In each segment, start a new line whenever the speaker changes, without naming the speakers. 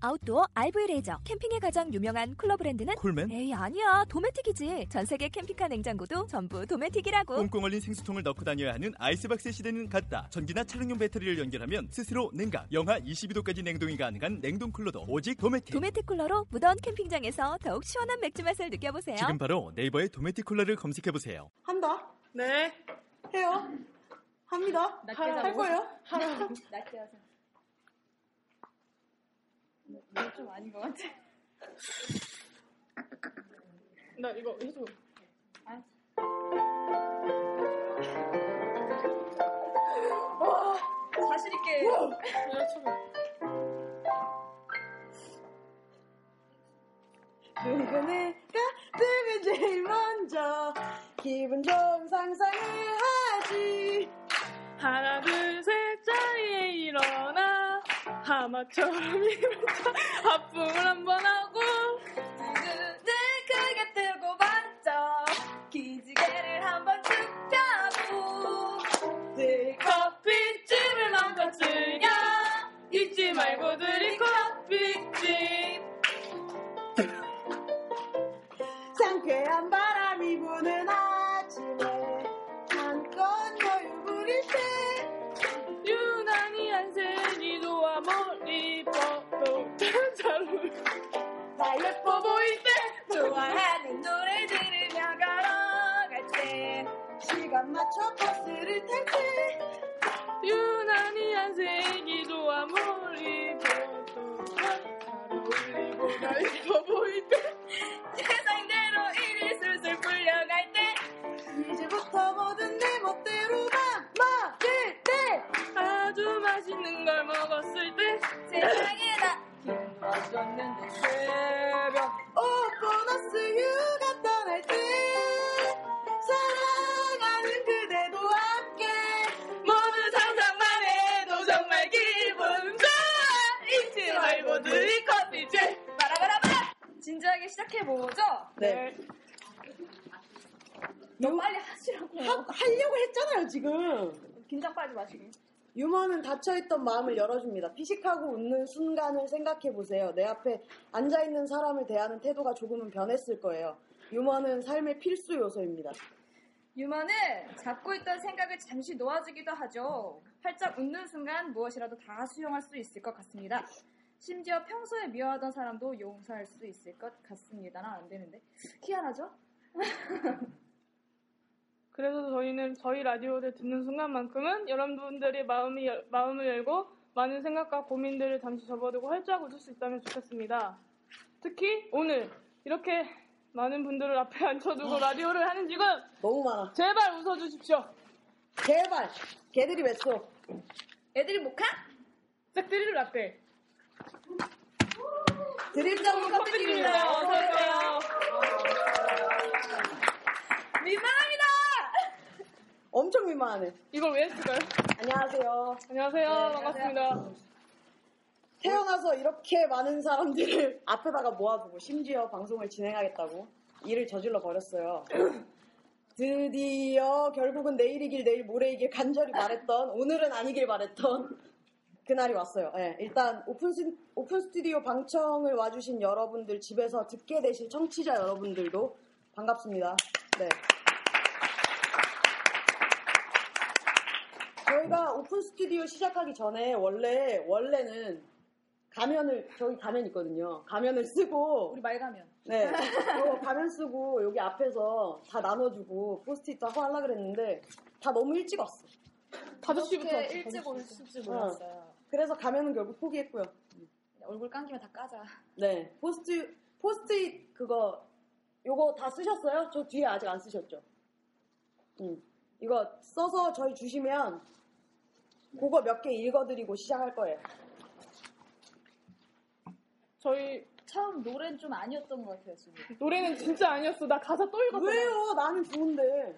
아웃도어 RV 레저 캠핑에 가장 유명한 쿨러 브랜드는
콜맨?
에이 아니야 도메틱이지 전 세계 캠핑카 냉장고도 전부 도메틱이라고
꽁꽁 얼린 생수통을 넣고 다녀야 하는 아이스박스 시대는 갔다. 전기나 차량용 배터리를 연결하면 스스로 냉각, 영하 22도까지 냉동이 가능한 냉동 쿨러도 오직 도메틱.
도메틱 쿨러로 무더운 캠핑장에서 더욱 시원한 맥주 맛을 느껴보세요
지금 바로 네이버에 도메틱 쿨러를 검색해 보세요.
한다. 네. 해요. 합니다. 할, 할 거예요.
좀 아닌 것 같아.
나 이거 해줘.
아. 자신 있게.
내가 쳐봐. 누가 내가 뜨면 제일 먼저 기분 좋은 상상을 하지. 하나 둘셋 자리에 일어나 하마처럼 일어나 아픔을 한번 하고
눈을 크게 뜨고 반짝. 기지개를 한번 쭉 펴고.
늘 커피집을 한번 즐겨 잊지 말고 드릴 커피집 상쾌한 바람이 부는 아침에 한껏 여유 부릴 때 유난히 한색이 좋아 머리 뻗도 잘 어울려 나 예뻐 보일 때
좋아하는 노래 들으며 걸어갈 때.
시간 맞춰 버스를 탈 때 유난히 한색이 좋아 머리 보도 잘 어울리고 나 예뻐 보일 때
세상대로 일이 술술 풀려갈 때.
이제부터 뭐든 내 멋대로 맘먹을 때 아주 맛있는 걸 먹었을 때
세상에 나 기분 빠졌는데 새벽.
오 보너스 휴가 떠날 때 사랑하는 그대도 함께 모든 상상만 해도 정말 기분 좋아 잊지 말고 드릴 커피제
바라바라바! 네. 진지하게 시작해보죠?
네.
너무 빨리 하시라고.
네.
하, 하려고 했잖아요 지금
긴장 빠지 마시고.
유머는 닫혀있던 마음을 열어줍니다. 피식하고 웃는 순간을 생각해보세요. 내 앞에 앉아있는 사람을 대하는 태도가 조금은 변했을 거예요. 유머는 삶의 필수 요소입니다.
유머는 잡고 있던 생각을 잠시 놓아주기도 하죠. 활짝 웃는 순간 무엇이라도 다 수용할 수 있을 것 같습니다. 심지어 평소에 미워하던 사람도 용서할 수 있을 것 같습니다. 난안 되는데. 희한하죠?
그래서 저희는 저희 라디오를 듣는 순간만큼은 여러분들의 마음이 열- 마음을 열고 많은 생각과 고민들을 잠시 접어두고 활짝 웃을 수 있다면 좋겠습니다. 특히 오늘 이렇게 많은 분들을 앞에
어.
앉혀두고 라디오를 하는 지금
너무 많아.
제발 웃어주십시오.
제발! 개들이 뱃속!
애들이 뭐, 목하?
짝드릴 라떼.
드릴 잡는 커피집입니다.
어서오세요.
민망합니다!
엄청 민망하네.
이걸 왜 했을까요?
안녕하세요.
네, 안녕하세요. 반갑습니다.
태어나서 이렇게 많은 사람들을 앞에다가 모아두고 심지어 방송을 진행하겠다고 일을 저질러 버렸어요. 드디어 결국은 내일이길 내일 모레이길 간절히 바랬던 오늘은 아니길 바랬던 그날이 왔어요. 예, 일단 오픈, 스- 오픈 스튜디오 방청을 와주신 여러분들 집에서 듣게 되실 청취자 여러분들도 반갑습니다. 네. 저희가 오픈 스튜디오 시작하기 전에 원래 원래는 가면을 저기 가면 있거든요. 가면을 쓰고
우리 말가면.
네. 요 가면 쓰고 여기 앞에서 다 나눠주고 포스트잇 하고 하려 그랬는데 다 너무 일찍 왔어.
5시부터.
이렇게 일찍 올 줄지 몰랐어요.
그래서 가면은 결국 포기했고요.
얼굴 감기면 다 까자.
네. 포스트 포스트잇 그거 요거 다 쓰셨어요? 저 뒤에 아직 안 쓰셨죠? 음. 이거 써서 저희 주시면 그거 몇 개 읽어드리고 시작할 거예요.
저희
처음 노래는 좀 아니었던 것 같아요, 지금.
노래는 진짜 아니었어. 나 가사 또 읽었어.
왜요? 나는 좋은데.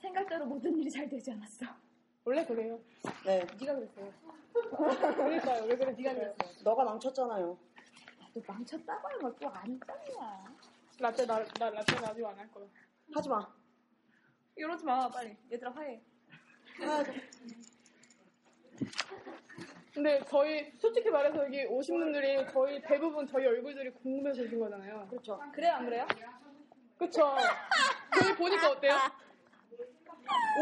생각대로 모든 일이 잘 되지 않았어.
원래 그래요.
네,
네가 그랬어요.
그러니까요. 왜 그래?
네가 그랬어요.
너가 망쳤잖아요.
또 망쳤다고 하면 또안 짱이야.
라떼 나, 나 라떼 라디오 안 할 거야.
하지 마.
이러지 마 빨리. 얘들아 화해.
근데 저희 솔직히 말해서 여기 오신 분들이 거의 대부분 저희 얼굴들이 궁금해서 오신 거잖아요.
그렇죠.
그래 안 그래요?
그쵸? 저희 보니까 어때요?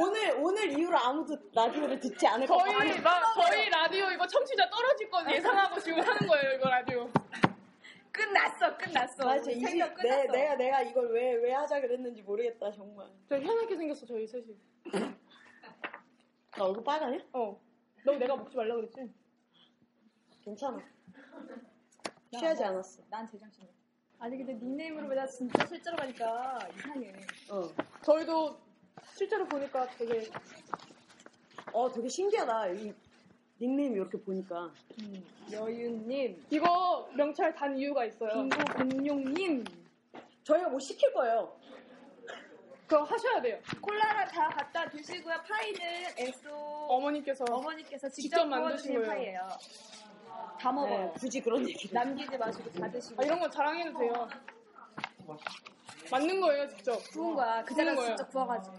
오늘 오늘 이후로 아무도 라디오를 듣지 않을 것
저희
같아요.
막 저희 라디오 이거 청취자 떨어질 거 예상하고 지금 하는 거예요 이거 라디오.
끝났어 끝났어.
맞아,
우리
이십-
생각
내,
끝났어.
내가 내가 이걸 왜 왜 하자 그랬는지 모르겠다 정말.
저 희한하게 생겼어 저희 셋이.
아,
나 얼굴 빨간해?
어. 너 내가 먹지 말라 그랬지?
괜찮아. 취하지 않았어.
난 제정신이야. 아니 근데 닉네임으로 보다 진짜 실제로 가니까 이상해.
어.
저희도 실제로 보니까 되게
어, 되게 신기하다. 이 닉네임 이렇게 보니까.
여윤님,
이거 명찰 단 이유가 있어요.
빙고 공룡님,
저희가 뭐 시킬 거예요.
그거 하셔야 돼요.
콜라라 다 갖다 드시고요. 파이는 에소
어머님께서
어머니께서
직접
직접
만드신
만드신
거예요.
파이예요. 다
네,
먹어요.
굳이 그런 얘기를.
남기지 마시고 다 드시고.
아, 이런 건 자랑해도 돼요. 맞는 거예요 직접.
구운 거야. 그 자리에서
거예요.
직접 구워가지고.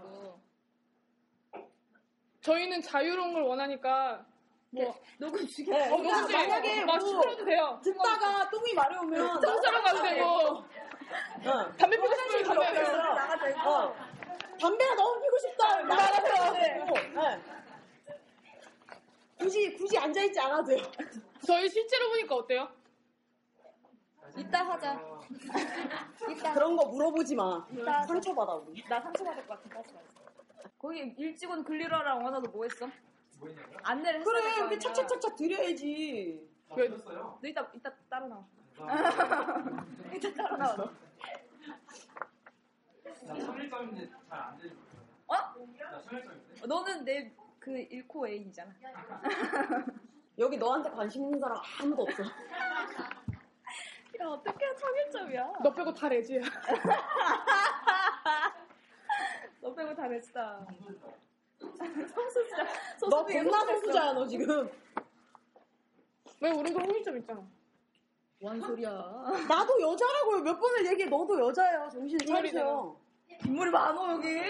저희는 자유로운 걸 원하니까 뭐
녹음 중에
네,
어,
그러니까
누구지?
만약에
막
뭐
시끄러도 돼요. 어.
듣다가 똥이 마려우면
똥싸러 가도 되고
어.
담배 피고 아, 싶으면 담배 안
옆에서
피워요.
나가서 어. 담배가 너무 피고 싶다. 나가서 네. 굳이 굳이 앉아 있지 않아도 돼요.
저희 실제로 보니까 어때요?
이따 하자. 이따.
그런 거 물어보지 마.
나-
상처받아 우리.
나 상처받을 것 같아. 빠지 마세요. 거기 일찍온 글리러랑 원화도 뭐 했어? 안내를 했어.
그래 이렇게 착착착착 드려야지.
왜?
너 이따 이따 따로 나와. 이따 따로 나와. 너. 어? 어, 너는 내 그 일코 애인이잖아.
여기 너한테 관심 있는 사람 아무도 없어.
야 어떻게 청일점이야?
너 빼고 다 레지야.
너 빼고 다 냈다. 성수수자.
너 겁나 소수자야 너 지금.
왜 우리도 홍일점 있잖아.
뭔 소리야?
나도 여자라고요. 몇 번을 얘기해. 너도 여자예요. 정신 차리세요.
빗물이 많어 여기.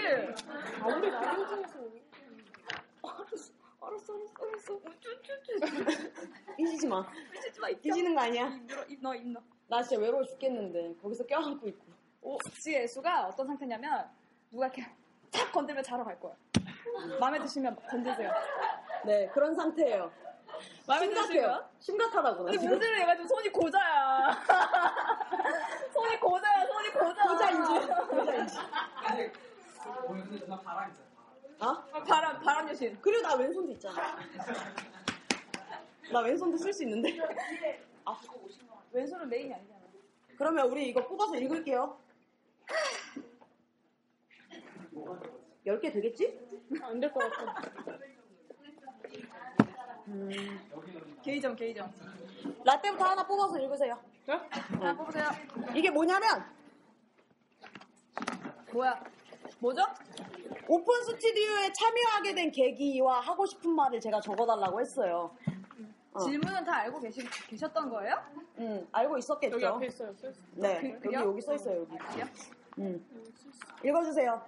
아무리 라디오 중에서
알았어 알았어 알았어. 우쭈쭈쭈.
삐지지 마.
미치지 마. 이
삐지는 거 아니야.
입너 입너 입너.
나 진짜 외로워 죽겠는데 거기서 껴안고 있고.
오, 어, 지 애수가 어떤 상태냐면 누가 이렇게 탁 건들면 자러 갈 거야. 마음에 드시면 건드세요.
네 그런 상태예요.
마음에 드시면.
심각해요. 심각하다고 나
근데
지금.
문제는 얘가 좀 손이 고자야. 손이 고자야, 손이 고자.
고자인지. 고자인지. 아?
바람, 바람 여신.
그리고 나 왼손도 있잖아. 나 왼손도 쓸 수 있는데. 아,
왼손은 메인이 아니잖아.
그러면 우리 이거 뽑아서 읽을게요. 10개 되겠지?
안 될 것 같아.
게이정, 게이정.
라떼부터 하나 뽑아서 읽으세요.
네?
자, 뽑으세요.
이게 뭐냐면
뭐야? 뭐죠?
오픈 스튜디오에 참여하게 된 계기와 하고 싶은 말을 제가 적어달라고 했어요. 어.
질문은 다 알고 계시, 계셨던 거예요?
음, 알고
여기
있었겠죠?
앞에 있어요. 쓸 수-
네,
그-
여기
그래요?
여기 써 있어요. 여기.
알게요.
음. 읽어주세요.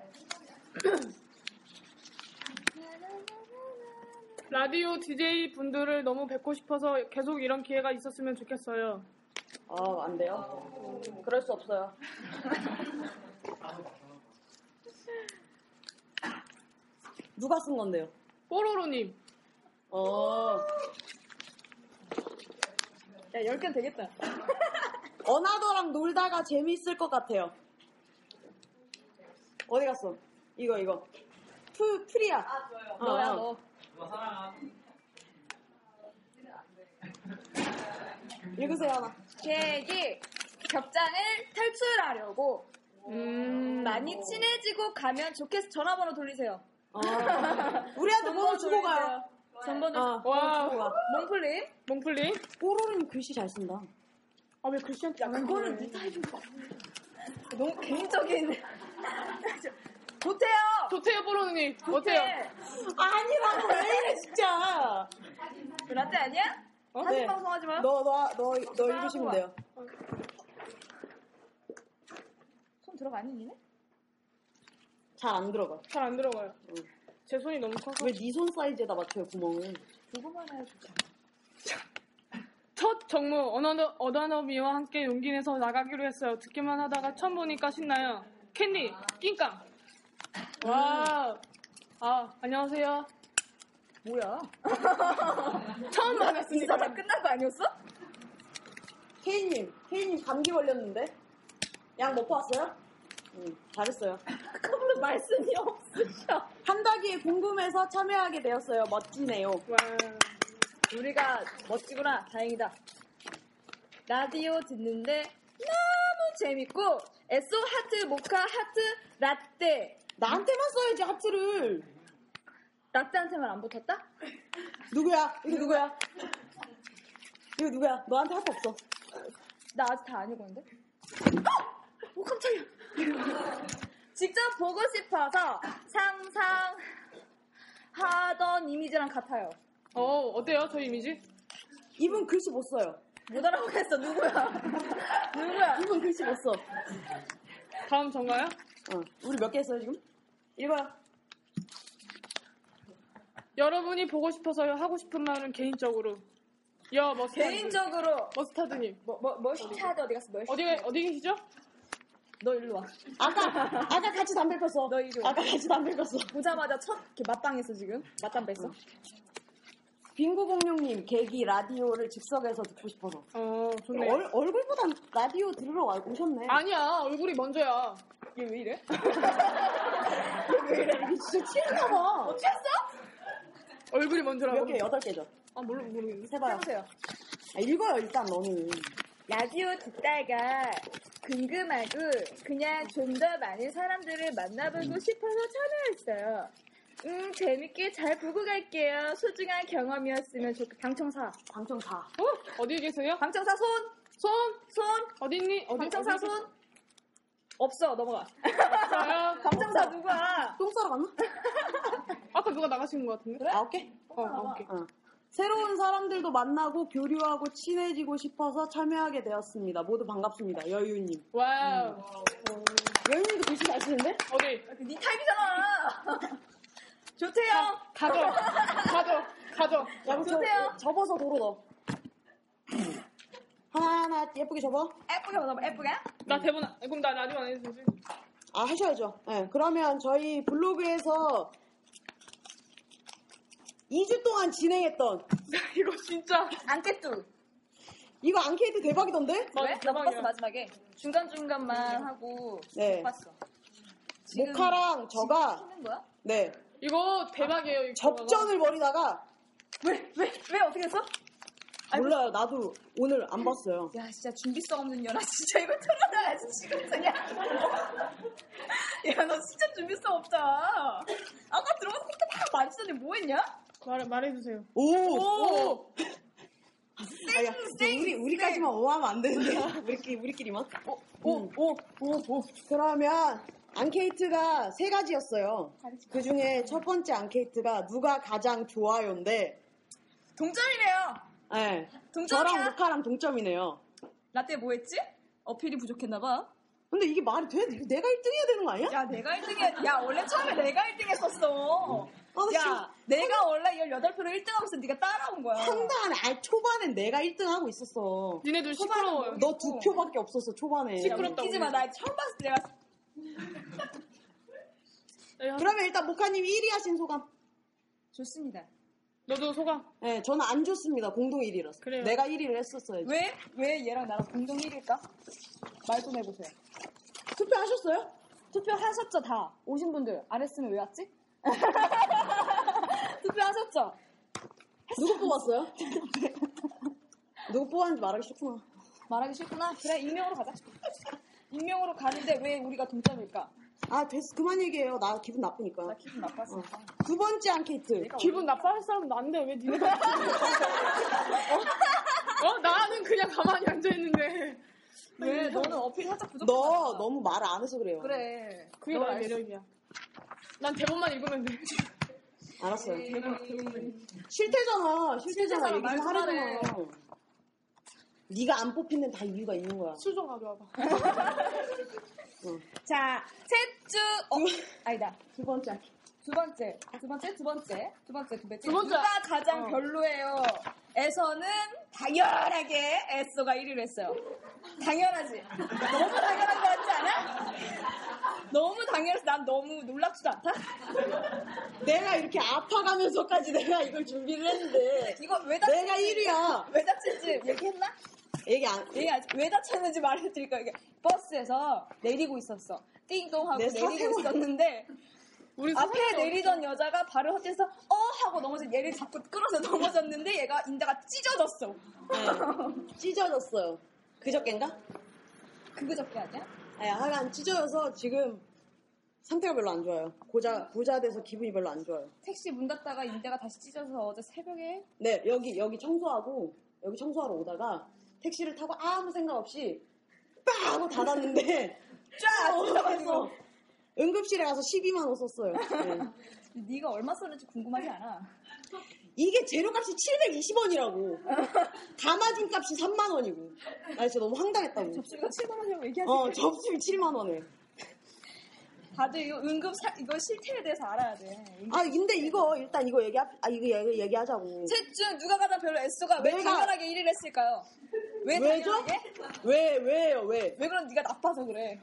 라디오 DJ 분들을 너무 뵙고 싶어서 계속 이런 기회가 있었으면 좋겠어요.
아, 안 돼요? 그럴 수 없어요. 누가 쓴 건데요?
뽀로로님.
어,
야, 10개는 되겠다.
어나더랑 놀다가 재밌을 것 같아요. 어디 갔어? 이거, 이거. 프, 프리야. 어,
아, 너야,
어.
너.
읽으세요, 하나.
계획이 격장을 탈출하려고
음.
많이 친해지고 가면 좋겠어. 전화번호 돌리세요.
어. 우리한테 번호 주고 가요.
전번호
어, 번호
와우.
주고 가.
몽플님.
몽플리.
뽀로로는 글씨 잘 쓴다.
아 왜 글씨한테 안
그거는
그래.
니타 해준 거. 너무 개인적인. 좋대요.
좋대요 뽀로로님. 어때요?
아니라고 왜
아? 라떼 아니야?
어?
다시
네.
방송하지 마.
너, 너, 너, 너
아,
읽으시면 돼요.
손 들어가니 니네?
잘 안 들어가.
잘 안 들어가요.
응.
제 손이 너무 커서.
왜 네 손 사이즈에다 맞춰요, 구멍을?
조금만 해야 좋잖아.
첫 정모 어나너- 어다너미와 함께 용기 내서 나가기로 했어요. 듣기만 하다가 처음 보니까 신나요. 캔디, 낑깡. 와. 아, 안녕하세요.
뭐야?
처음
인사 다
만났습니다.
끝난 거 아니었어?
케이님, 케이님 감기 걸렸는데? 약 먹고 왔어요? 응, 잘했어요.
그걸로 말씀이 없으셔.
한다기에 궁금해서 참여하게 되었어요. 멋지네요.
와.
우리가 멋지구나. 다행이다. 라디오 듣는데 너무 재밌고 에소 하트 모카 하트 라떼
나한테만 써야지, 하트를.
라떼한테만 안 붙었다?
누구야? 이거 누구야? 이거 누구야? 너한테 하트 없어.
나 아직 다 안 읽었는데? 어! 오 깜짝이야. 직접 보고 싶어서 상상하던 이미지랑 같아요.
어, 어때요? 저 이미지?
이분 글씨 못 써요.
못 알아보겠어. 누구야? 누구야?
이분 글씨 못 써.
다음 전가요?
어, 우리 몇 개 했어요, 지금? 읽어요.
여러분이 보고 싶어서요. 하고 싶은 말은 개인적으로. 여,
네.
머스타드.
개인적으로
머스타드님.
뭐, 뭐, 멀시차드 어디 갔어? 멀시
어디, 어디 계시죠?
너 일로 와.
아까, 아까 같이 담배 폈어.
너 이리 와.
아까 같이 담배 폈어.
보자마자 첫 이렇게 맞방했어 지금. 맞담배 했어.
빙구공룡님, 계기 라디오를 즉석에서 듣고 싶어서.
어, 좋네.
얼, 얼굴보단 라디오 들으러 와- 오셨네.
아니야, 얼굴이 먼저야.
얘 왜 이래?
이게 진짜 취했나 봐.
얼굴이
몇
먼저라고.
개? 여덟 개죠?
아, 모르, 모르겠네.
해봐요.
해보세요.
아, 읽어요, 일단 너는.
라디오 듣다가 궁금하고 그냥 좀 더 많은 사람들을 만나보고 싶어서 참여했어요. 음 재밌게 잘 보고 갈게요. 소중한 경험이었으면 좋겠. 방청사.
방청 다.
어? 어디 계세요?
방청사 손.
손!
손.
어딨니? 어디,
방청사
어디
손. 없어 넘어가.
있어요?
방청사 누구야?
똥 싸러 갔나?
아까 누가 나가신 것 같은데?
아홉 개?
어, 아, 오케이.
어. 새로운 사람들도 만나고 교류하고 친해지고 싶어서 참여하게 되었습니다. 모두 반갑습니다. 여유님.
음, 와우.
여유님도 글씨 잘 쓰는데?
어디?
네 타입이잖아. 조태영.
가져. 가져. 가져.
야, 그거 저-
주세요.
접어서 도로 넣어. 하나, 하나 예쁘게 접어.
예쁘게 보자. 예쁘게.
나 대본, 안- 그럼 나 라디오 안 해도 되지?
아, 하셔야죠. 예, 그러면 저희 블로그에서 2주 동안 진행했던
이거 진짜.
안깨뚜.
이거 앙케이트 대박이던데?
맞아,
왜? 나 못 봤어
대박이야.
마지막에. 중간 중간만 하고
네.
못 봤어. 지금-
모카랑 저가
하는 거야?
네
이거 대박이에요. 이거.
접전을 벌이다가
왜? 왜? 왜 어떻게 했어? 아이고.
몰라요. 나도 오늘 안 봤어요.
야 진짜 준비성 없는 년아 진짜 이거 틀어놔야지 지금 그냥 야 너 진짜 준비성 없다 아까 들어가서 그렇게 다 말했더니 뭐 했냐?
말, 말해주세요.
오!
오!
아, 야, 우리, 우리까지만 오하면 안 되는데. 우리끼리, 우리끼리만. 오, 오, 오, 오. 그러면, 앙케이트가 세 가지였어요. 그 중에 첫 번째 앙케이트가 누가 가장 좋아요인데,
동점이래요
예.
동점이야.
저랑 루카랑 동점이네요.
라떼 뭐 했지? 어필이 부족했나봐
근데 이게 말이 돼? 이거 내가 1등 해야 되는 거 아니야?
야 내가 1등해 야 원래 처음에 내가 1등 했었어
아, 나 지금
야 내가 원래 18표로 1등 하면서 네가 따라온 거야
상당한, 아, 초반엔 내가 1등 하고 있었어.
니네들 시끄러워요.
너 두 표밖에 없었어, 초반에.
야, 웃기지 마나 처음 봤을 때 내가
야,
그러면 일단 모카님 1위 하신 소감.
좋습니다
너도 소감.
예, 저는 안 좋습니다. 공동 1위라서.
그래요.
내가 1위를 했었어야지.
왜? 왜 얘랑 나랑 공동 1위일까? 말 좀 해보세요
투표하셨어요?
투표하셨죠 다 오신 분들 안 했으면 왜 왔지? 투표하셨죠?
누구 뽑았어요? 누구 뽑았는지 말하기 싫구나.
말하기 싫구나 그래 익명으로 가자 익명으로 가는데 왜 우리가 동점일까?
아, 됐어. 그만 얘기해요. 나 기분
나
나쁘니까. 어.
기분 나빴으니까
두 번째 앙케이트.
기분 나빠할 사람 난데 왜 니네가. 어? 어? 나는 그냥 가만히 앉아있는데.
왜 너는 어필 살짝 부족하다
너 너무 말을 안 해서 그래요.
그래
그게
너
나의
알지?
매력이야. 난 대본만 읽으면 돼.
알았어요.
음,
싫대잖아. 싫대잖아.
싫대잖아,
얘기 좀
네. 말도
하라는
안
거. 네가 안 뽑힌 데는 다 이유가 있는 거야.
술좀 가져와봐.
자, 셋주 어, 아니다.
두 번째. 할게.
두 번째, 두 번째, 두 번째, 두 번째, 두 번째.
두 번째.
누가 가장
어.
별로예요? 에서는 당연하게 에소가 1위를 했어요. 당연하지. 너무 당연한 거 같지 않아? 너무 당연해서 난 너무 놀랍지도 않다?
내가 이렇게 아파가면서까지 내가 이걸 준비를 했는데
이거 왜 다쳤는지,
내가 1위야.
왜 다쳤는지 얘기했나?
얘기 안.
얘기 안- 왜 다쳤는지 말해드릴까? 이게 버스에서 내리고 있었어. 띵동하고
내
내리고
사생활.
있었는데
우리
앞에 내리던 여자가 발을 헛디뎌서 어 하고 넘어져 얘를 잡고 끌어서 넘어졌는데 얘가 인대가 찢어졌어.
네. 찢어졌어요. 그저께인가?
그거 적게 아니야?
네, 하여간 찢어져서 지금 상태가 별로 안 좋아요. 고자 고자 돼서 기분이 별로 안 좋아요.
택시 문 닫다가 인대가 다시 찢어져서 어제 새벽에
네, 여기, 여기 청소하고, 여기 청소하러 오다가 택시를 타고 아무 생각 없이 빵! 하고 닫았는데 쫙! 올라가서 응급실에 가서 12만 원 썼어요. 네.
네가 얼마 썼는지 궁금하지 않아.
이게 재료값이 720원이라고. 담아준 값이 3만 원이고. 아, 진짜 너무 황당했다고.
네, 접수비가 7만 원이라고 얘기하지.
어, 접수비 7만 원에.
다들 이거 응급 사, 이거 실태에 대해서 알아야 돼.
아, 근데 이거, 일단 이거 얘기, 아, 이거 얘기, 얘기하자고.
셋중 누가 가장 별로 애써가 왜
내가-
당연하게 1위를 했을까요? 왜
왜죠?
당연하게?
왜, 왜요, 왜?
왜 그런 네가 나빠서 그래.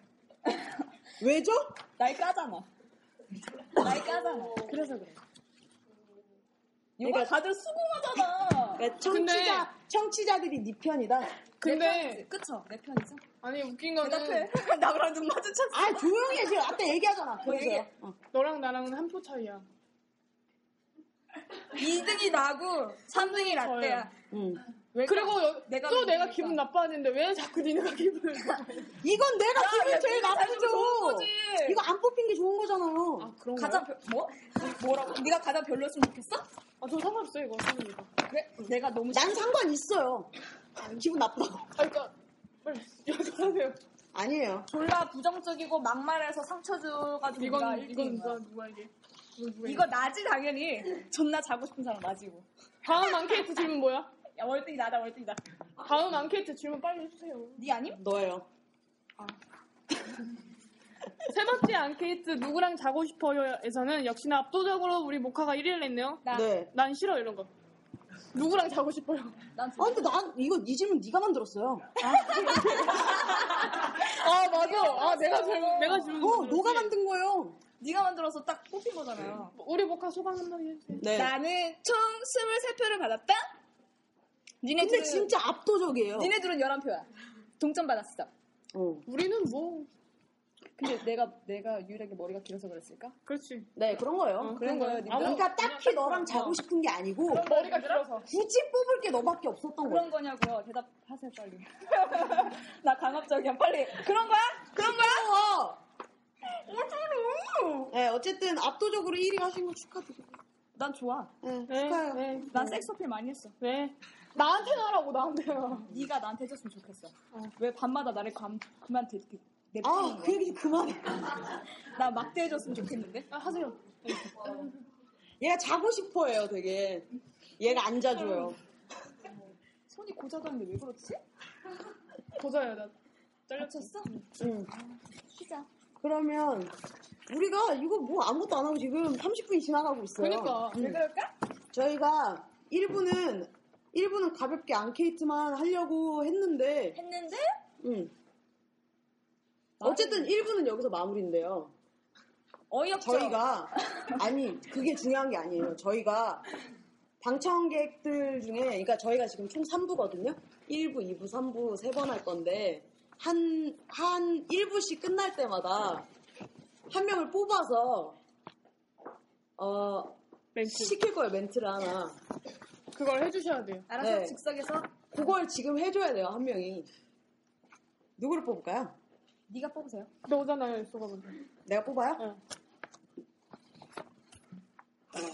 왜죠?
날 까잖아. 날 까잖아. 그래서 그래. 이거
그러니까-
다들 수긍하잖아.
그러니까 청취자, 청취자들이 네 편이다.
내
근데
편이지. 그쵸? 내 편이죠?
아니 웃긴
대답해.
거는
나랑 눈 마주쳤어. 뭐
아, 조용히 해, 지금. 아까 얘기하잖아. 보세요.
얘기해.
어.
너랑 나랑은 한 표 차이야.
2등이 나고 3등이 라떼야.
음.
왜
그리고 여-
내가
또 내가
그러니까.
기분 나빠하는데 왜 자꾸 니네가 기분을
이건 내가 기분이 제일
아, 기분 나쁘면
나쁘죠.
좋은 거지.
이거 안 뽑힌 게 좋은 거잖아요.
아 그런
가장
거야?
별, 뭐? 뭐라고? 네가 가장 별로였으면 좋겠어?
아저 상관없어 이거 상관없어.
그래? 내가 너무
난 상관 있어요. 기분 나쁘다고.
아 그러니까 빨리 연습하세요.
아니에요.
졸라 부정적이고 막말해서 상처 줘가지고 누가
이건
1등인
이건 누가
거야.
누가에게? 이건 누가
이거 나지 당연히. 존나 자고 싶은 사람 나지고.
다음 앙케이트 질문 뭐야?
야 월등이 나다 월등이 다
다음 앙케이트 질문 빨리 해주세요.
네 아님?
너예요.
세 번째 앙케이트 누구랑 자고 싶어요에서는 역시나 압도적으로 우리 모카가 1위를 했네요.
나.
네.
난 싫어 이런 거. 누구랑 자고 싶어요?
난
아, 근데 난 이거 이 질문 네가 만들었어요.
아 맞아. 아 내가 질문 내가 질문.
어, 너가 만든 거예요.
네가 만들어서 딱 뽑힌 거잖아요.
우리 모카 소감 한마디 해주세요.
네.
나는 총 23표를 받았다.
근데
니네들은
진짜 압도적이에요.
그 니네들은 11표야. 동점 받았어.
어.
우리는 뭐
근데 내가 내가 유일하게 머리가 길어서 그랬을까?
그렇지.
네, 그런 거예요.
어,
그런 거예요.
아무-
그러니까 딱히 너랑 자고 싶은 게 아니고
머리가 길어서.
굳이 뽑을 게 너밖에 없었던 거예요.
그런 거냐고요? 대답하세요 빨리. 나 강압적이야 빨리. 그런 거야? 그런 거야? 어쩌노?
네, 어쨌든 압도적으로 1위 하신 거 축하드립니다.
난 좋아.
네,
네,
축하해요.
네,
난 섹스어필 많이 했어.
네. 나한테 하라고 나한테요.
네가 나한테 해줬으면 좋겠어. 왜 밤마다 나를 감, 그만 대, 대, 내
아, 그 얘기 좀 그만해.
나 막대해줬으면 좋겠는데?
아, 하세요.
얘가 자고 싶어해요, 되게. 얘가 안 자줘요.
손이 고자다는데 왜 그렇지?
보자요 나.
잘려쳤어?
응.
쉬자.
그러면 우리가 이거 뭐 아무것도 안 하고 지금 30분이 지나가고 있어요. 음.
그러니까.
왜 그럴까?
저희가 1부는 1부는 가볍게 앙케이트만 하려고 했는데
했는데
음. 어쨌든 1부는 여기서 마무리인데요.
어이없죠.
저희가 아니 그게 중요한 게 아니에요. 저희가 방청객들 중에 그러니까 저희가 지금 총 3부거든요. 1부, 2부, 3부 세 번 할 건데 한 한 1부씩 끝날 때마다 한 명을 뽑아서 어
멘트.
시킬 거예요 멘트를 하나.
그걸 해주셔야 돼요.
알아서
네.
즉석에서
그걸 지금 해줘야 돼요 한 명이. 누구를 뽑을까요?
네가 뽑으세요.
너잖아요, 소가 먼저.
내가 뽑아요?
응.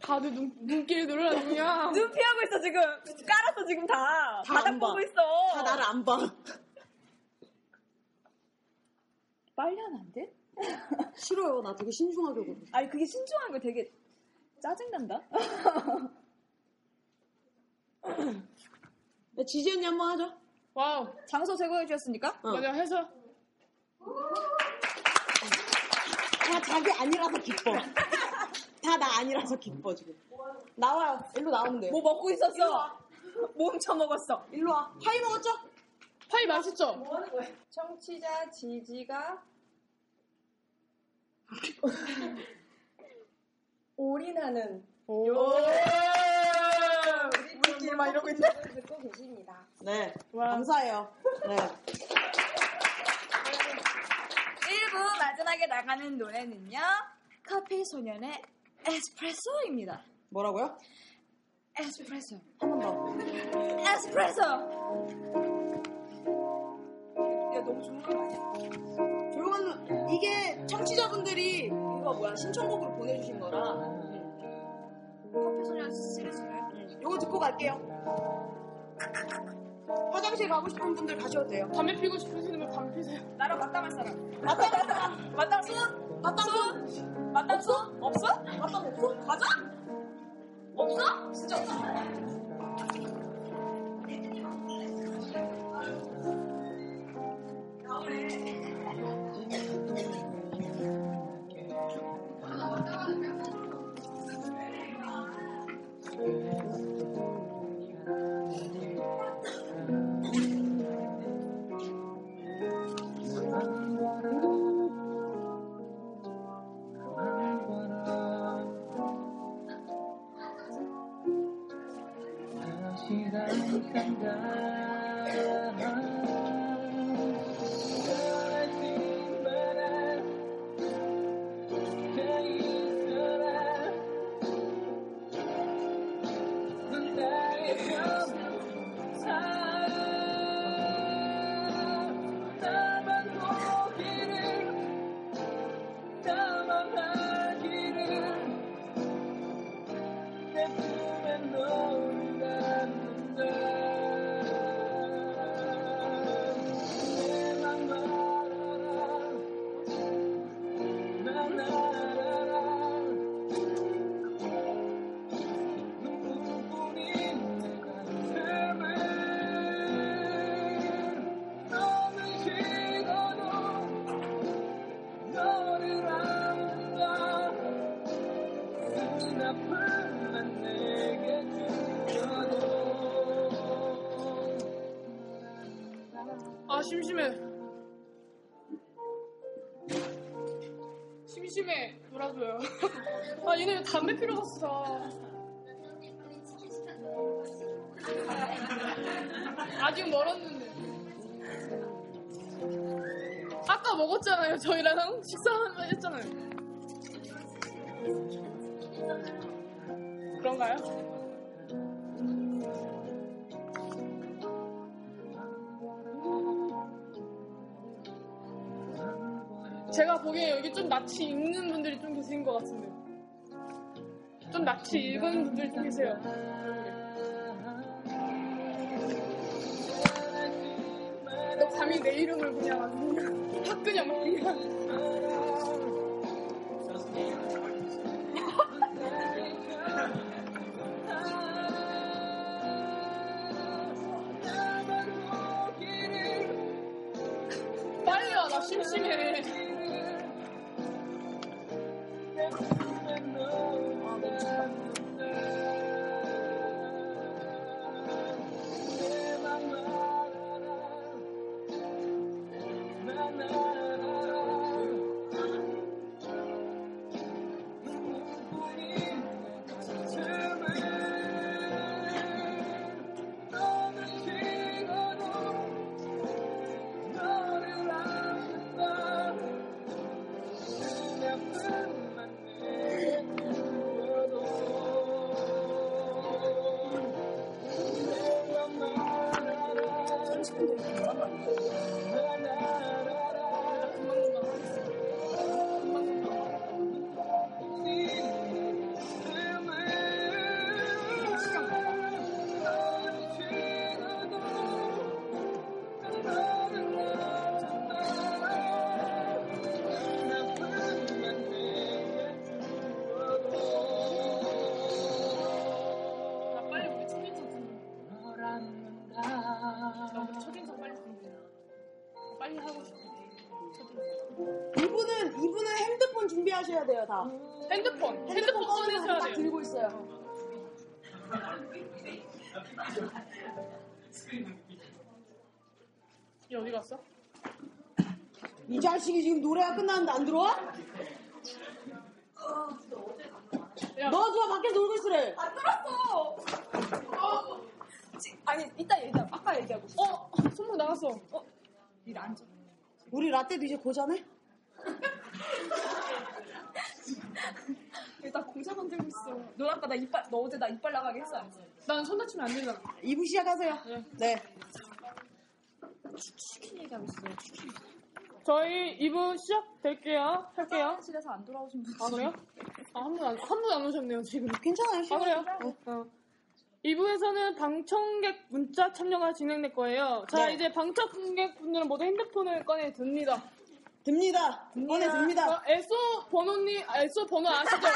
다들 눈, 눈길 눌러주냐?
눈 피하고 있어 지금. 깔았어 지금 다.
다
바닥
안 봐.
보고 있어.
다 나를 안 봐.
빨리 하면 안 돼?
싫어요. 나 되게 신중하게 굴어.
아니 그게 신중한 거 되게
짜증난다?
지지 언니 한번 하죠.
와우.
장소 제공해 주셨습니까?
어.
맞아, 해서.
다 자기 아니라서 기뻐. 다 나 아니라서 기뻐 지금. 나와요. 일로 나오면 돼요.
뭐 먹고 있었어?
뭐
몸 처먹었어.
일로 와. 파이 먹었죠?
파이 맛있죠?
청취자 지지가 올인하는
우리끼리 막 이러고 있네.
듣고 계십니다.
네.
와.
감사해요. 네.
1부 마지막에 나가는 노래는요. 커피 소년의 에스프레소입니다.
뭐라고요?
에스프레소.
한 번 더.
에스프레소. 야 너무 좋은 거 아니야?
조용한 눈. 이게 청취자분들이 이거 뭐야 신청곡으로 보내주신 거라.
커피 소년 시리즈를
요거 듣고 갈게요. 화장실 가고 싶은 분들 가셔도 돼요.
담배 피고 싶으시는 분 담배 피세요.
나랑 맞담할 사람.
마땅 마땅 손 마땅 손
맞담 소? 없어?
마땅 없어? 가자. 없어? 진짜 없어.
아, 심심해. 심심해. 놀아줘요. 아, 얘네 왜 담배 피러 갔어? 아직 멀었는데. 아까 먹었잖아요. 저희랑 식사만 했잖아요. 그런가요? 제가 보기에 여기 좀 낯이 익는 분들이 좀 계신 것 같은데. 좀 낯이 익은 분들이 좀 계세요. 너 감히 내 이름을 그냥 안- 화끈형 그냥. 빨리 와, 나 심심해.
하셔야 돼요 다.
핸드폰. 핸드폰
꺼내서
꺼내셔야
딱
돼요.
들고 있어요.
이 어디 갔어?
이 자식이 지금 노래가 끝났는데 안 들어와?
야.
너 좋아 밖에 놀고 있으래.
안 들었어. 어. 지- 아니 이따 얘기하고 아까 얘기하고. 싶어.
어, 손목 나갔어. 어,
이리 앉아.
우리 라떼도 이제 고자네?
얘나 공자 만들고 있어. 너 아까 나 이빨 너 어제 나 이빨 나가게 했어 안 했어?
난 손 다치면 안 되잖아.
2부 시작하세요. 네.
치킨 얘기하고 있어.
저희 2부 시작될게요. 할게요.
화장실에서 안 돌아오신 분.
아, 그래요? 아, 한 분 안, 한 분 안 오셨네요, 지금.
괜찮아요.
아, 그래요? 어. 2부에서는 방청객 문자 참여가 진행될 거예요. 자,
네.
이제 방청객분들은 모두 핸드폰을 꺼내 듭니다.
듭니다. 꺼내 듭니다.
어, 애소 번호님, 애소 번호 아시죠?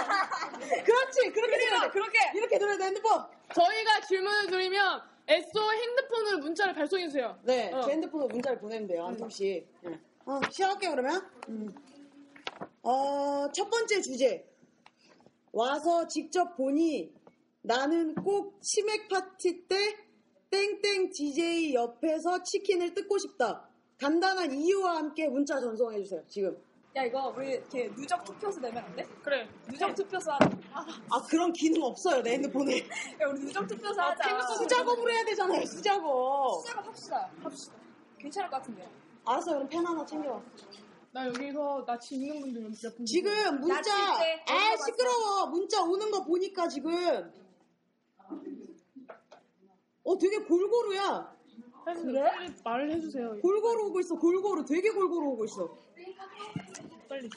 그렇지. 그렇게 들어야 돼.
그렇게.
이렇게 들어야 돼 핸드폰.
저희가 질문을 드리면 애소 핸드폰으로 문자를 발송해주세요.
네.
어.
제 핸드폰으로 문자를 보내면 돼요. 한 통씩. 어, 시작할게요 그러면. 어, 첫 번째 주제. 와서 직접 보니 나는 꼭 치맥 파티 때 땡땡 DJ 옆에서 치킨을 뜯고 싶다. 간단한 이유와 함께 문자 전송해 주세요. 지금.
야 이거 우리 이렇게 누적 투표수 내면 안 돼?
그래.
누적 투표수 하자. 아,
아 그런 기능 없어요 내 핸드폰에.
야 우리 누적 투표수 하자.
수작업으로 해야 되잖아요 수작업.
수작업 합시다. 합시다. 괜찮을 것 같은데.
알았어 그럼 펜 하나 챙겨와.
나 여기서 나 지는 분들 몇 분.
지금 문자
낮출 때
아 시끄러워 문자 오는 거 보니까 지금 어 되게 골고루야
그래? 빨리 말을 해주세요.
골고루 오고 있어 골고루 되게 골고루 오고 있어
빨리.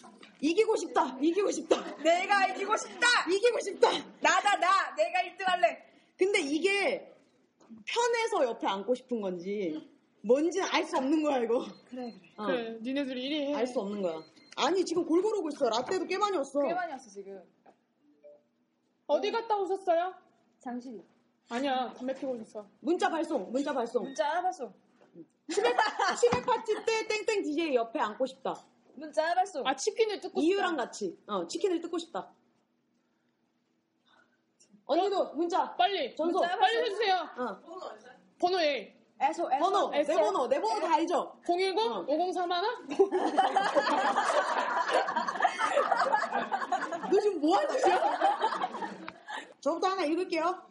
이기고 싶다 이기고 싶다
내가 이기고 싶다.
이기고 싶다
나다 나. 내가 1등할래.
근데 이게 편해서 옆에 앉고 싶은 건지 뭔지는 알 수 없는 거야 이거
그래 그래.
어,
그래. 니네들이 1위 해.
알수 없는 거야 아니 지금 골고루 오고 있어 라떼도 꽤 많이 왔어
꽤 많이 왔어 지금.
어디 갔다 오셨어요?
장실이.
아니야. 담배 피고 오셨어.
문자 발송 문자 발송
문자 발송.
치맥 치맥 파티 때 땡땡 DJ 옆에 앉고 싶다
문자 발송.
아, 치킨을 뜯고.
이유랑 같이 어 치킨을 뜯고 싶다. 언니도 문자.
싶다. 빨리.
전송.
문자 빨리 해주세요.
어
번호 A.
애소 애소.
번호 내
애써.
번호 내 번호 다 알죠?
010?
어.
5031?
너 지금 뭐 하는 짓이야? 저부터 하나 읽을게요.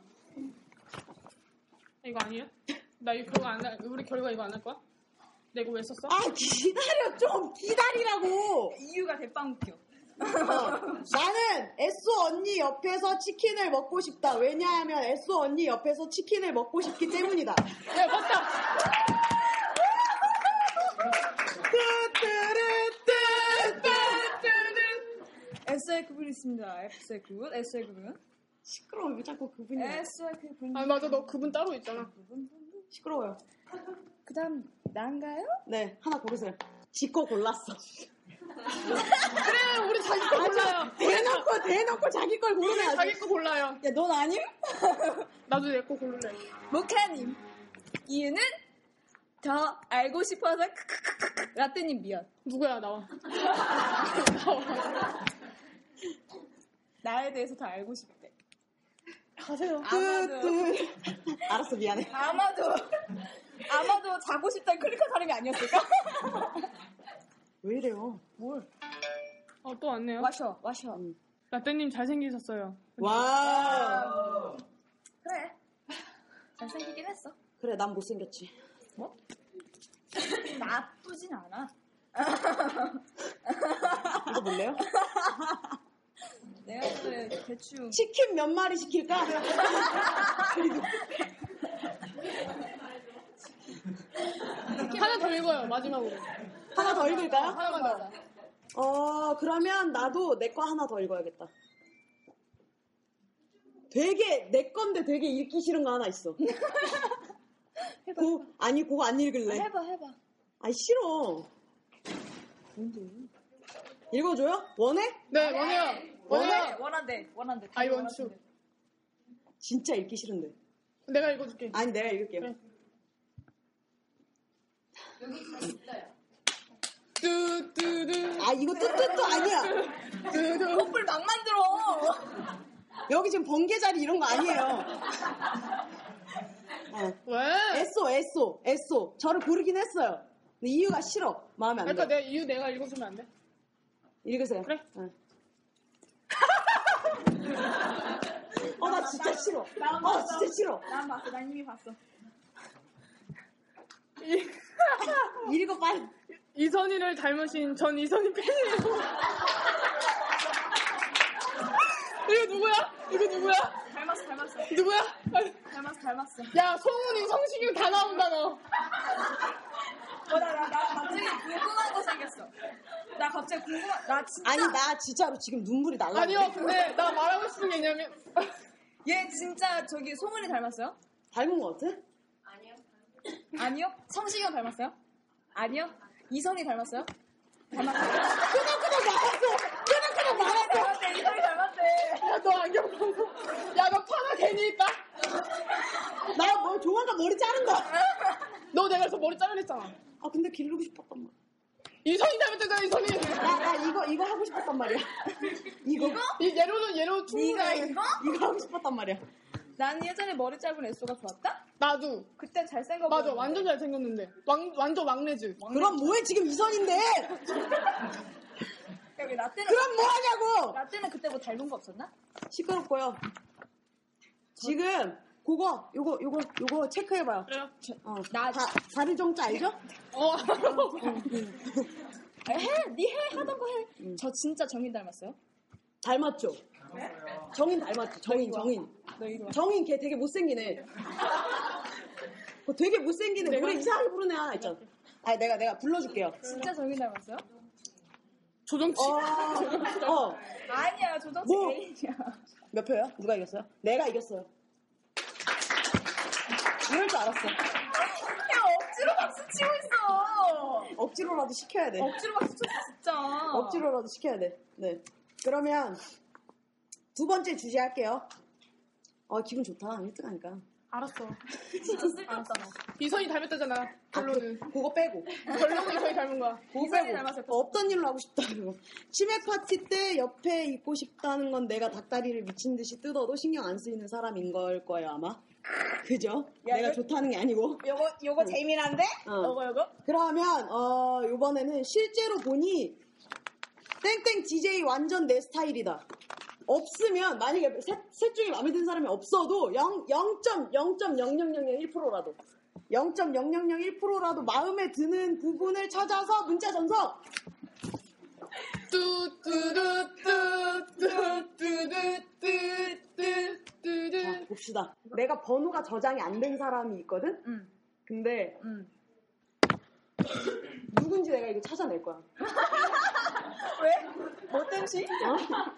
이거 아니야? 나 이거 결과 안, 할- 우리 결과 이거 안 할 거야? 내가 왜 썼어?
아 기다려 좀 기다리라고.
이유가 대빵 웃겨.
어, 나는 S 언니 옆에서 치킨을 먹고 싶다. 왜냐하면 S 언니 옆에서 치킨을 먹고 싶기 때문이다.
야, 맞다!
S의 구분 있습니다. F의 구분, S의 구분.
시끄러워 왜 자꾸 그분이
S의 구분.
아, 맞아. 너 그분 따로 있잖아.
시끄러워요.
그 다음, 난가요?
네 하나 고르세요. 지거 골랐어.
그래, 우리 자기 거 골라요.
대놓고 대놓고 자기 걸 고르네 아주.
자기 거 골라요.
야, 넌 아님?
나도 내 거 고를래.
모카님. 이유는 더 알고 싶어서 크크크크. 라떼님 미안.
누구야, 나와.
나에 대해서 더 알고 싶대.
가세요.
그, 뜨뜨. 아, 알았어 미안해.
아마도, 아마도 자고 싶다는 클릭한 사람이 아니었을까?
왜 이래요?
어, 또 왔네요.
와셔, 와셔.
라떼님 잘생기셨어요.
와.
그래. 잘생기긴 했어.
그래 난 못생겼지.
나쁘진 않아.
이거 볼래요?
내가 그래, 대충.
치킨 몇 마리 시킬까?
하나 더 읽어요, 마지막으로.
하나 더 읽을까요?
하나만 더.
어 그러면 나도 내 거 하나 더 읽어야겠다. 되게 내 건데 되게 읽기 싫은 거 하나 있어. 고 아니 그거 안 읽을래.
해봐, 해봐.
아니 싫어. 읽어줘요? 원해?
네, 원해요.
원한대,
원해요.
원한대, 원한대.
I want to.
진짜 읽기 싫은데.
내가 읽어줄게.
아니 내가 읽을게요.
네.
뚜뚜뚜.
아 이거 뚜뚜뚜 아니야.
뽀뽀를 막 만들어.
여기 지금 번개 자리 이런 거 아니에요. 어.
왜?
애쏘 애쏘 애쏘 저를 고르긴 했어요. 근데 이유가 싫어. 마음에 안
그러니까
들어.
내 이유 내가 읽어주면 안 돼?
읽으세요.
그래.
어 나 진짜 싫어. 어 진짜 싫어.
난 봤어, 난 이미 봤어.
읽어 빨리.
이선희를 닮으신 전 이선희 팬이에요. 이거 누구야? 이거 누구야?
닮았어, 닮았어.
누구야? 아니,
닮았어, 닮았어.
야, 송은이, 성식이 다 나온다, 너.
어, 나, 나, 나 갑자기 궁금한 거 생겼어. 나 갑자기 궁금한, 나 진짜.
아니 나 진짜로 지금 눈물이 날라.
아니요, 근데 나 말하고 싶은 게 있냐면,
얘 진짜 저기 송은이 닮았어요?
닮은 거 같아?
아니요. 성시경 닮았어요? 아니요. 이선이 닮았어요?
끄덕끄덕 말았어.
닮았대, 이선이 닮았대.
야, 너 안경 벗어. 야, 너 파마 괜히 있다.
나뭐 조만간 머리 자른다.
너 내가 그래서 머리 잘랐잖아.
아 근데 기르고 싶었단 말.
이선희 닮았잖아, 이선희.
나나 이거 이거 하고 싶었단 말이야. 이거
이 예로는 예로 충분해.
이거?
이거 하고 싶었단 말이야.
난 예전에 머리 짧은 애쏘가 좋았다?
나도.
그땐 잘생겨
맞아,
보였는데.
완전 잘생겼는데. 왕, 완전 왕래즈.
그럼 뭐해 지금 이선인데?
여기 나 때는,
그럼 뭐 하냐고?
나 때는 그때 뭐 닮은 거 없었나?
시끄럽고요. 지금 그거 요거 요거 요거 체크해봐요.
그래요?
어, 나 다, 다른 정자 알죠?
어,
아, 해! 니 해! 하던 거 해! 저 진짜 정인 닮았어요?
닮았죠. 정인 닮았죠. 정인 정인
너 이리 와.
정인 걔 되게 못생기네. 그거 되게 못생기네. 노래 이상하게 부르네 하나 있잖아. 아 내가 내가 불러줄게요.
진짜 정인 닮았어요?
조정치.
어, 어.
아니야, 조정치
뭐?
개인이야.
몇 표요? 누가 이겼어요? 내가 이겼어요. 이럴 줄 알았어.
야, 억지로 박수 치고 있어!
억지로라도 시켜야 돼.
억지로 박수 쳤어, 진짜.
억지로라도 시켜야 돼. 네. 그러면 두 번째 주제 할게요. 어 기분 좋다. 1등하니까.
알았어.
진짜 쓸데없다, 너.
이선희 닮았다잖아. 결론은.
그거 빼고.
아,
결론은 이선희 닮은 거야.
그거
이상하게
빼고.
닮았어요.
어, 없던 일로 하고 싶다. 그거. 치맥 파티 때 옆에 있고 싶다는 건 내가 닭다리를 미친 듯이 뜯어도 신경 안 쓰이는 사람인 걸 거예요 아마. 그죠?
야,
내가
이거-
좋다는 게 아니고.
요거, 요거 재미난데?
어.
요거, 요거?
그러면 어 이번에는 실제로 보니 땡땡 DJ 완전 내 스타일이다. 없으면 만약에 셋, 셋 중에 마음에 드는 사람이 없어도 0 0.0.0001%라도 0.0001%라도 마음에 드는 부분을 찾아서 문자 전서 자,
뚜뚜루뚜뚜뚜뚜뚜뚜뚜
봅시다. 내가 번호가 저장이 안 된 사람이 있거든.
응.
근데
응.
누군지 내가 이거 찾아낼 거야.
왜? 뭐 땜시?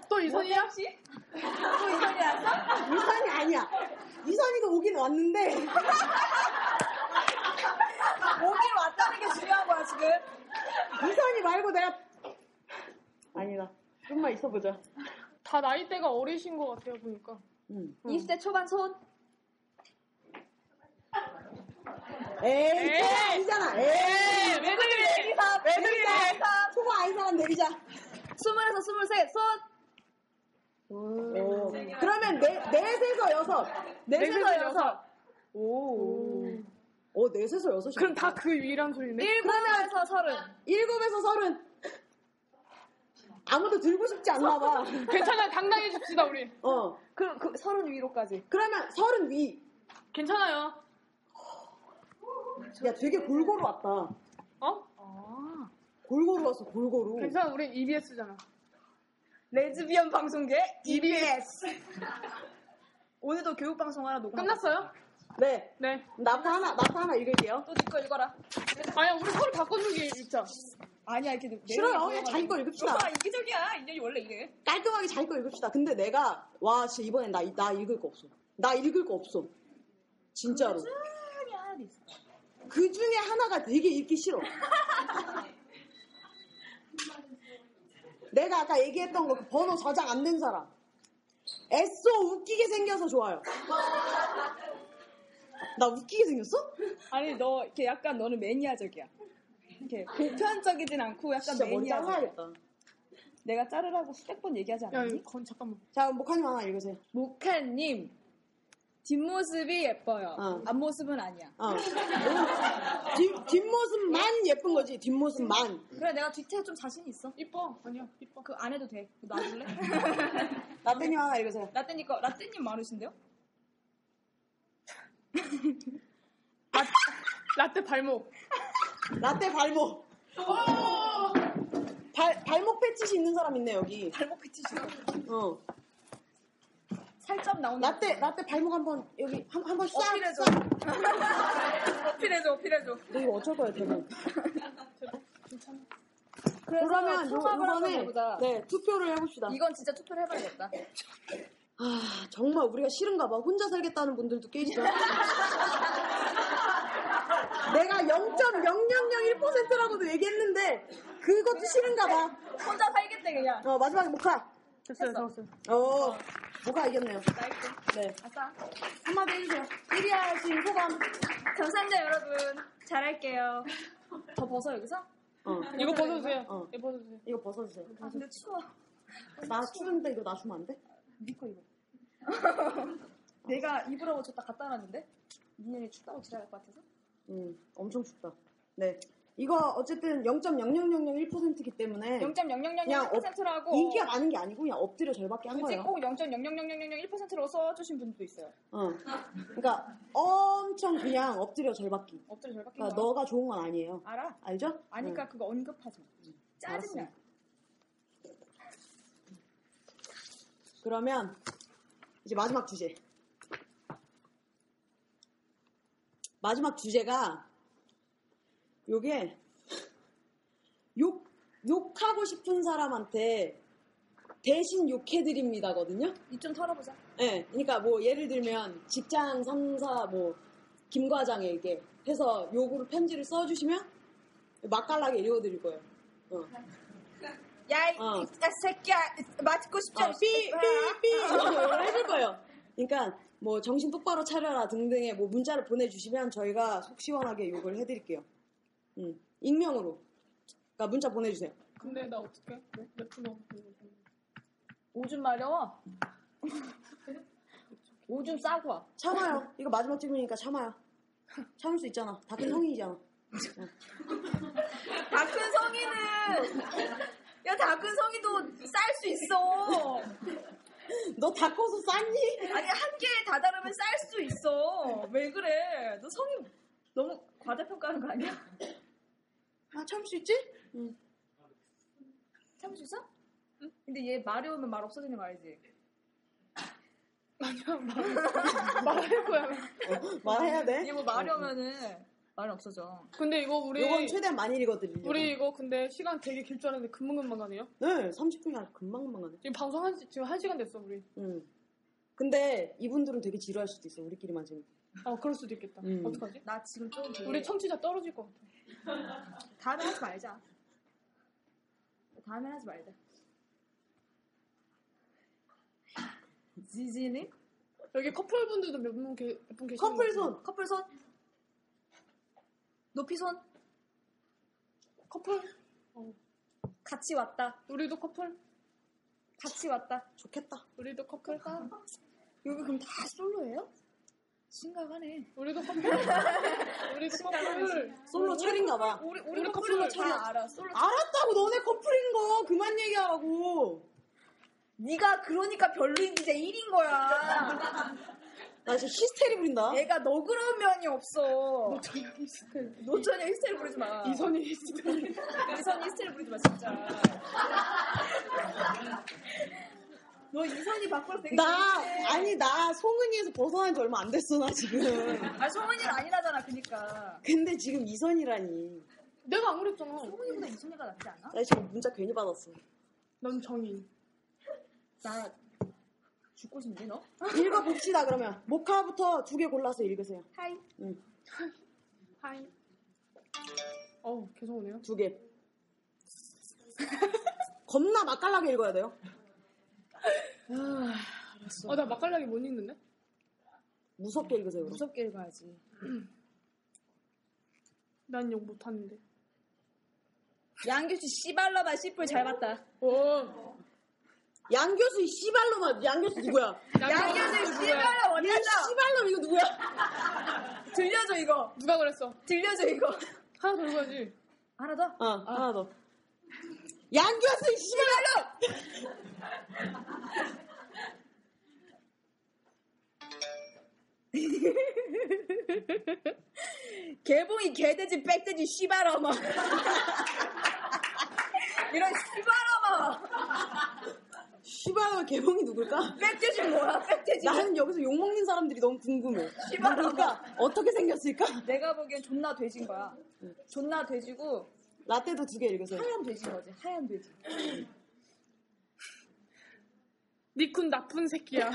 또 이선희야?
또 이선이 왔어?
이선이 아니야. 이선이도 오긴 왔는데
오길 왔다는 게 중요한 거야, 지금.
이선이 말고 내가 아니다. 좀만 있어보자.
다 나이대가 어리신 것 같아요 보니까.
음.
20대 초반 손.
에이, 아니잖아. 에이,
왜 그래?
내리자. 초보 아닌 사람 내리자.
20에서 23, 손.
오. 그러면 네, 넷에서 여섯.
네
넷에서
넷에서
여섯. 오. 오, 넷에서 여섯.
그럼 다 그 위란 소리네.
7에서 30.
일곱에서 서른. 아무도 들고 싶지 않나 봐.
괜찮아 당당히 줍시다 우리.
어.
그, 그, 30 위로까지.
그러면 서른 위.
괜찮아요.
야, 되게 골고루 왔다.
어?
골고루 왔어, 골고루.
괜찮아 E 우리 EBS잖아.
레즈비언 방송계
EBS.
오늘도 교육방송 하나 녹음.
끝났어요?
네.
네.
나도 하나, 나도 하나 읽을게요.
또네거 읽어라.
아야 우리 서로 바꿔주기 읽자.
아니야, 이렇게. 내용이
싫어요.
들어가지고.
그냥 자기 거 읽읍시다.
오빠, 아, 이기적이야. 인연이 원래 이래.
깔끔하게 자기 거 읽읍시다. 근데 내가 와 진짜 이번엔 나, 나 읽을 거 없어. 나 읽을 거 없어. 진짜로.
아니, 그 하나 있어.
그 중에 하나가 되게 읽기 싫어. 내가 아까 얘기했던 거그 번호 저장 안 된 사람. 애써 웃기게 생겨서 좋아요. 나 웃기게 생겼어?
아니, 너, 이렇게 약간 너는 매니아적이야.
이렇게 보편적이진 않고 약간
진짜 머리
매니아.
잘라야겠다.
내가 자르라고 수백 번 얘기하지
야,
않았니?
건 잠깐만.
자, 목하님 하나 읽으세요.
모카님 뒷모습이 예뻐요.
어.
앞모습은 아니야.
어. 뒷, 뒷모습만 예쁜 거지, 뒷모습만.
그래 내가 뒤태 좀 자신 있어.
이뻐. 아니야, 이뻐.
그 안 해도 돼. 그거 놔줄래?
라떼님 하나 읽으세요.
라떼님 거 라떼님 많으신데요?
라떼 발목.
라떼 발목. 발, 발목 패치시 있는 사람 있네, 여기.
발목 패치죠.
어.
살점 나오는.
라떼, 라떼 발목 한 번, 여기, 한, 한번 싹.
어필해줘.
싹.
어필해줘. 어필해줘.
너 이거 어쩔 거야, 대본.
그래서
그러면 요,
통합을 한번
요번에,
해보자.
네, 투표를 해봅시다.
이건 진짜 투표를 해봐야겠다.
아, 정말 우리가 싫은가 봐. 혼자 살겠다는 분들도 꽤 있어. 내가 0.0001%라고도 얘기했는데, 그것도 싫은가 봐.
혼자 살겠대 그냥.
어, 마지막에 모카.
됐어요, 잡았어요.
어, 모카 이겼네요.
나이스.
네.
아싸.
한마디 해주세요. 1위 하신 소감.
감사합니다 여러분. 잘할게요. 더 벗어 여기서? 아
어,
이거 벗어주세요.
어.
이거 벗어주세요.
이거 벗어주세요.
근데 추워.
나 추운데 이거 나 주면 안 돼?
니꺼 입어. 내가 입으라고 줬다 갖다 놨는데 니네는 춥다고 지랄할 것 같아서.
음, 엄청 춥다. 네. 이거 어쨌든 0.00001%이기
네.
때문에
0.0001%라고 음,
인기가 많은 게 아니고 그냥 엎드려 절밖에 한
굳이
거예요.
꼭 0.00001%로 써주신 분도 있어요.
어. 그러니까 엄청 그냥 엎드려 절박기.
엎드려 절박힌
그러니까
거
너가 좋은 건 아니에요.
알아?
알죠?
아니까 그러니까
응.
그거 언급하지 마. 짜증나.
그러면 이제 마지막 주제. 마지막 주제가 요게 욕 욕하고 싶은 사람한테 대신 욕해드립니다거든요.
입 좀 털어보자.
예, 그러니까 뭐 예를 들면 직장 상사 뭐 김 과장에게 해서 욕으로 편지를 써주시면 맛깔나게 읽어드릴 거예요. 어.
야이
어.
새끼야 맞고 싶지
아, 삐삐삐 이렇게 해줄 거예요. 그러니까 뭐 정신 똑바로 차려라 등등의 뭐 문자를 보내주시면 저희가 속 시원하게 욕을 해드릴게요. 음, 익명으로. 그러니까 문자 보내주세요.
근데 나 어떡해? 내- 내 풀로.
오줌 마려워. 오줌 싸고 와.
참아요. 이거 마지막 질문이니까 참아요. 참을 수 있잖아. 다 큰 성인이잖아.
다큰 성인은 야 다큰 성인도 쌀 수 있어.
너 다 커서 쌌니?
아니 한 개에 다다르면 쌀 수 있어. 왜 그래? 너 성인 너무 과대평가하는 거 아니야?
아, 참을 수 있지? 음.
참수 있어? 근데 얘 말이 오면 말 없어지는 거 알지?
말할 거야.
어, 말해야 돼?
얘 뭐 말이 오면은 말이 없어져.
근데 이거 우리.
요건 최대한 많이 읽어드리려고.
우리 이거 근데 시간 되게 길 줄 알았는데 금방금방 가네요.
네, 30분이 아니라 금방금방 가네.
지금 방송 한, 시- 지금 한 시간 됐어, 우리.
음. 근데 이분들은 되게 지루할 수도 있어. 우리끼리만 지금.
아, 그럴 수도 있겠다.
음.
어떡하지?
나 지금 좀 되게-
우리 청취자 떨어질 것 같아.
다음에 하지 말자. 다음에 하지 말자. 지지는
여기 커플분들도 몇분 몇분 계시는
커플
것 같아요.
손.
커플 손 높이 손
커플?
같이 왔다.
우리도 커플?
같이 왔다.
좋겠다.
우리도 커플?
여기 그럼 다 솔로예요? 심각하네.
우리도 커플? 우리도 커플?
솔로 차린가 봐.
우리
우리
우리
커플로
커플로
차려.
다 알아. 솔로.
알았다고 너네 커플인 거 그만 얘기하라고.
네가 그러니까 별로인 게 이제 1인 거야.
나 지금 히스테리 부린다.
얘가 너그러운 면이 없어.
노천이 히스테리.
노천이 히스테리 부리지 마.
이선희 히스테리.
이선 히스테리 부리지 마 진짜. 너 이선이 바꿔서 되게
나 아니 나 송은이에서 벗어난 지 얼마 안 됐어 나 지금.
아 성은이는 아니라잖아 그니까.
근데 지금 이선이라니.
내가 안 그랬잖아.
성은이보다 이선이가 낫지 않아?
나 지금 문자 괜히 받았어.
넌 정인.
나 죽고 싶니 너?
읽어봅시다 그러면. 모카부터 두 개 골라서 읽으세요.
하이.
응,
하이. 어우, 계속 오네요.
두 개. 겁나 맛깔나게 읽어야 돼요.
어, 나 맛깔나게 못 읽는데?
무섭게 읽으세요. 그럼.
무섭게 읽어야지.
난 욕 못하는데.
양규씨 씨발러만 씨뿔 잘 봤다.
오,
양 교수 이 씨발놈아 양 교수 누구야?
양규씨 씨발러
이
원한다.
씨발놈 이거 누구야?
들려줘 이거.
누가 그랬어?
들려줘 이거.
하나 더 읽어야지.
하나 더.
어 하나 더. 양 교수 이 씨발놈.
개봉이 개돼지 백돼지 씨발어마. 이런 씨발어마.
씨발놈 개봉이 누굴까?
백돼지 뭐야? 백돼지.
나는 여기서 욕 먹는 사람들이 너무 궁금해. 누굴까? 어떻게 생겼을까?
내가 보기엔 존나 돼진 거야. 존나 돼지고
라떼도 두 개 읽으세요.
하얀 돼지 거지. 하얀 돼지.
니쿤 나쁜 새끼야.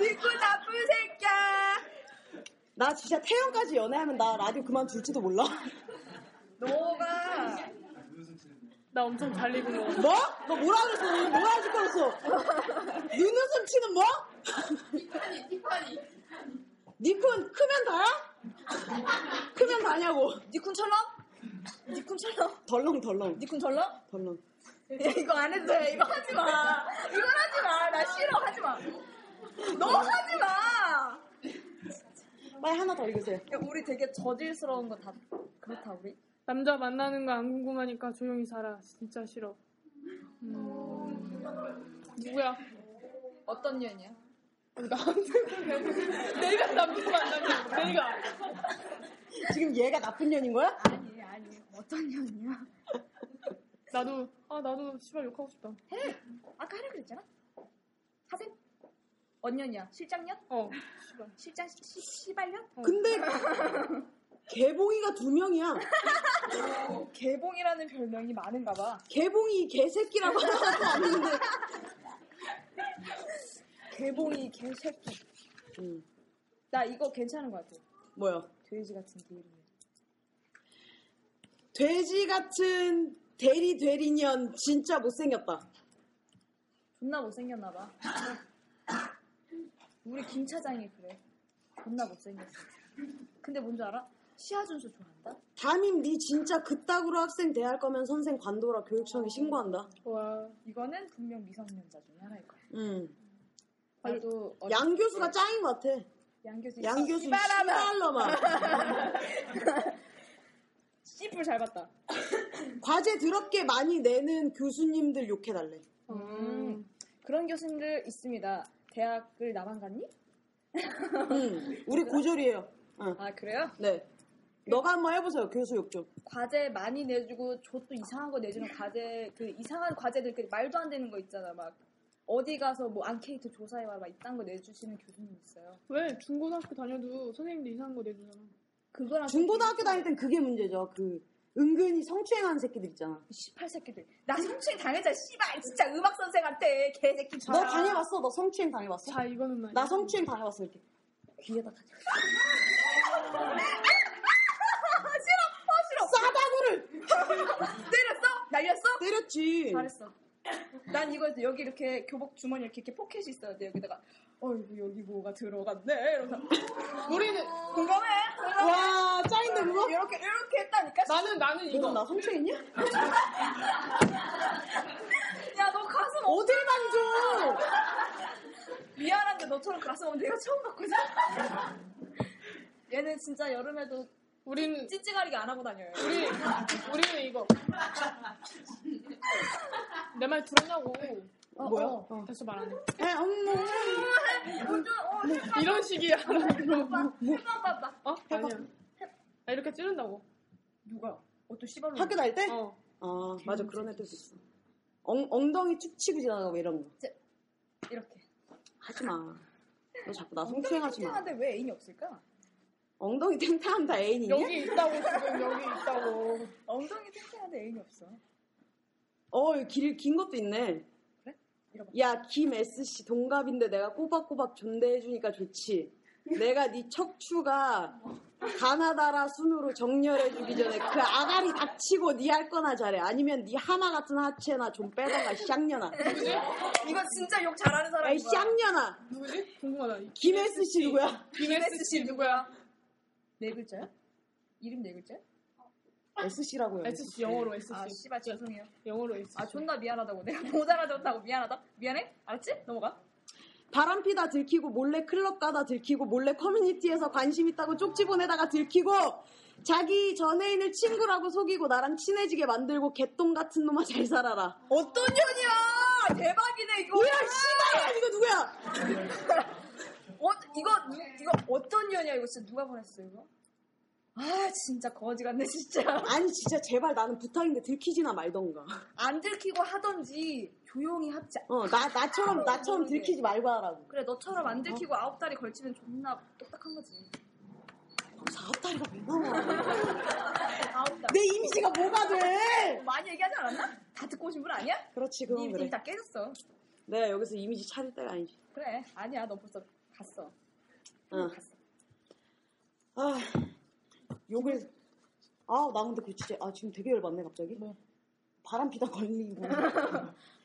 니꾸 나쁜 새끼야.
나 진짜 태연까지 연애하면 나 라디오 그만둘지도 몰라.
너가
나 엄청 잘 읽어.
뭐? 너 뭐라 그랬어? 너 뭐라 하실 거였어? 눈웃음 치는 뭐? 니쿤이, 니쿤이. 니쿤 크면 다야? 크면 다냐고.
니쿤처럼? 니쿤처럼?
덜렁덜렁.
니쿤처럼?
덜렁.
야, 이거 안 해도 돼. 이거 하지 마. 이건 하지 마. 나 싫어. 하지 마. 너 하지 마.
빨리 하나 더 읽으세요.
야, 우리 되게 저질스러운 거 다 그렇다 우리.
남자 만나는 거 안 궁금하니까 조용히 살아. 진짜 싫어. 음, 누구야?
어떤 년이야?
나한테 내가 남자 만나면 내가
지금 얘가 나쁜 년인 거야?
아니 아니 어떤 년이야?
나도 아 나도 씨발 욕하고 싶다.
해. 아까 하라 그랬잖아. 하셈. 언년이야. 실장년?
어
실장 시- 시- 시발년?
근데 개봉이가 두 명이야.
어, 개봉이라는 별명이 많은가 봐.
개봉이 개새끼라고 하나도 안 했는데.
개봉이 개새끼.
음,
나 이거 괜찮은 것 같아.
뭐야?
돼지 같은 데이리.
돼지 같은 대리 대리년 진짜 못생겼다.
존나 못생겼나 봐. 우리 김 차장이 그래. 존나 못생겼어. 근데 뭔 줄 알아? 시아준수 좋아한다?
담임 니 진짜 그따구로 학생 대할 거면 선생 관둬라 교육청에 신고한다.
와.
이거는 분명 미성년자 중 하나일 거야.
음.
나도 어렸을
양
때
교수가 짱인 것 같아.
양 교수
양 교수
씨발라마
씨발로만
씨뿔 잘 봤다.
과제 더럽게 많이 내는 교수님들 욕해달래.
음. 그런 교수님들 있습니다. 대학을 나만 갔니?
음, 우리 고졸이에요. 어.
아 그래요?
네. 너가 한번 해보세요 교수 욕 좀.
과제 많이 내주고 저도 이상한 거 내주는 과제 그 이상한 과제들 그 말도 안 되는 거 있잖아 막 어디 가서 뭐 앙케이트 조사해와 막 이딴 거 내주시는 교수님 있어요.
왜 중고등학교 다녀도 선생님들 이상한 거 내주잖아.
그거랑
중고등학교 다닐 땐 그게 문제죠. 그 은근히 성추행하는 새끼들 있잖아.
18새끼들 나 성추행 당했잖아 씨발 진짜 음악 선생한테 개새끼
너 당해봤어? 너 성추행 당해봤어?
자 이거는 말이야.
나 성추행 당해봤어 이렇게.
귀에다 다녀 싫어 어
싸다구를
싫어 때렸어? 날렸어?
때렸지.
잘했어 난 이거 여기 이렇게 교복 주머니 이렇게 이렇게 포켓이 있어야 돼 여기다가 어이구 여기 뭐가 들어갔네 이러면서
우리는
공감해 공감해
와 짱인데 그거?
이렇게 이렇게 했다니까
나는 나는
이건
이거
나 성추행이야?
야 너 가슴 어
어딜 만져?
미안한데 너처럼 가슴 없는 내가 처음 봤거든 얘는 진짜 여름에도
우리는
찌찌가리기 안 하고 다녀요
우리 우리는 이거. 내 말 들었냐고.
뭐야?
어.
어.
됐어 말 안 해.
에, 엄마.
완전 어
이런 식이야.
해봐 해봐 봐봐
어? 아니야. 아, 이렇게 찌른다고.
누가 어떤 씨발로
학교 다닐 때?
어.
아, 맞아. 그런 애들도 있어. 엉, 엉덩이 툭 치고 지나가고 이런 거.
이렇게
하지 마. 너 자꾸 나 성추행하지 마.
탱탱한데 왜 애인이 없을까?
엉덩이 탱탱하면 다 애인이냐?
여기 있다고 지금 여기 있다고.
엉덩이 탱탱한데 애인이 없어
어, 여기 길, 긴 것도 있네.
그래? 잃어봐.
야, 김 S씨 동갑인데 내가 꼬박꼬박 존대해주니까 좋지. 내가 네 척추가 가나다라 순으로 정렬해주기 전에 그 아가리 닥치고 니 할 거나 잘해. 아니면 니 하마 같은 하체나 좀 빼던가 쌍년아.
이건 진짜 욕 잘하는
야이
사람이야.
쌍년아.
누구지? 궁금하다. 이-
김혜수 씨 누구야?
김혜수 씨 누구야? 네 글자야? 이름 네 글자?
S 씨라고요.
S 씨 영어로 S
아
씨.
씨발 죄송해요.
영어로 S 씨.
아 존나 미안하다고 내가 못 알아줬다고 미안하다. 미안해? 알았지? 넘어가.
바람 피다 들키고 몰래 클럽 가다 들키고 몰래 커뮤니티에서 관심 있다고 쪽지 보내다가 들키고 자기 전애인을 친구라고 속이고 나랑 친해지게 만들고 개똥 같은 놈아 잘 살아라.
어떤 년이야? 대박이네 이거.
뭐야 씨발 이거 누구야?
어, 이거 누- 이거 어떤 년이야 이거 진짜 누가 보냈어 이거? 아 진짜 거지 같네 진짜.
아니 진짜 제발 나는 부탁인데 들키지나 말던가.
안 들키고 하던지 조용히 합자.
어 나 나처럼 나처럼 들키지 말고 하라고.
그래 너처럼 안 들키고 아홉 다리 걸치면 존나 똑딱한 거지.
사업다리가 왜 나와?
아홉 다리.
내 이미지가 뭐가 돼?
네! 많이 얘기하지 않았나? 다 듣고 오신 분 아니야?
그렇지
이미,
그건 그래.
이미 다 깨졌어.
내가 여기서 이미지 차릴 때가 아니지.
그래 아니야 너 벌써 갔어.
응.
갔어.
아, 욕을. 아, 나 근데 그 진짜, 아, 지금 되게 열받네, 갑자기. 바람 피다 걸리고.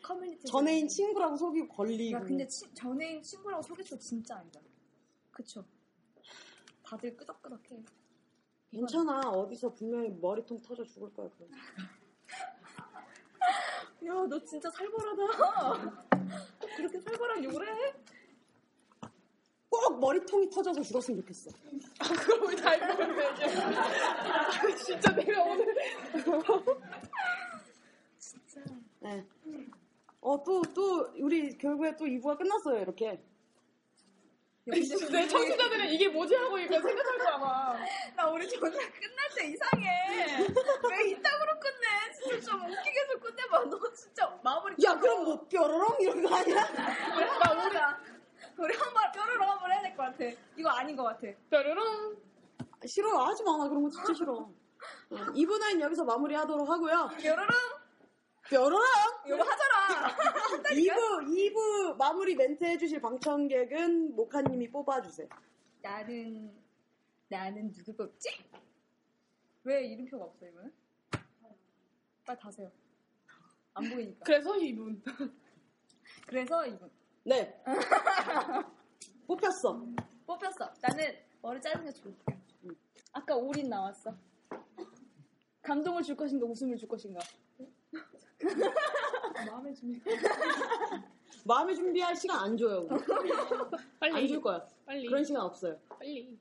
커뮤니티
전애인 친구라고 속이고 걸리고.
야 아, 근데 치- 전애인 친구라고 소개팅 진짜 아니다. 그쵸? 다들 끄덕끄덕해.
괜찮아. 어디서 분명히 머리통 터져 죽을 거야, 그럼.
야 너 진짜 살벌하다. 어. 꼭 그렇게 살벌한 욕을 해?
꼭 머리통이 터져서 죽었으면 좋겠어.
그럼 다 읽으면 되지. 아, 진짜 내가 오늘
네. 어, 또, 또, 우리 결국에 또 2부가 끝났어요, 이렇게.
내 청취자들은 이게 뭐지 하고 이거 생각할 거야 아마.
나 우리 전화 끝날 때 이상해. 왜 이따구로 끝내? 진짜 좀 웃기게 좀 끝내봐. 너 진짜 마무리.
야, 그럼 뭐, 뾰로롱? 이런 거 아니야?
우리 나 우리가 우리 한번 뾰로롱 한번 해야 될 것 같아. 이거 아닌 것 같아.
뾰로롱.
싫어. 하지 마. 나 그런 거 진짜 싫어. 2부는 여기서 마무리 하도록 하고요.
뾰로롱
뾰로롱!
이거 하잖아.
2부, 2부 마무리 멘트 해주실 방청객은 모카님이 뽑아주세요.
나는 나는 누구 뽑지? 왜 이름표가 없어 이거는? 빨리 다세요. 안 보이니까.
그래서 이분.
그래서 이분
네. 뽑혔어.
뽑혔어. 나는 머리 자르는 게 좋을 것 같아. 아까 올인 나왔어. 감동을 줄 것인가 웃음을 줄 것인가.
마음의 준비.
마음의 준비할 시간 안 줘요.
어,
안
빨리
줄 거야.
빨리
그런 시간 없어요.
빨리.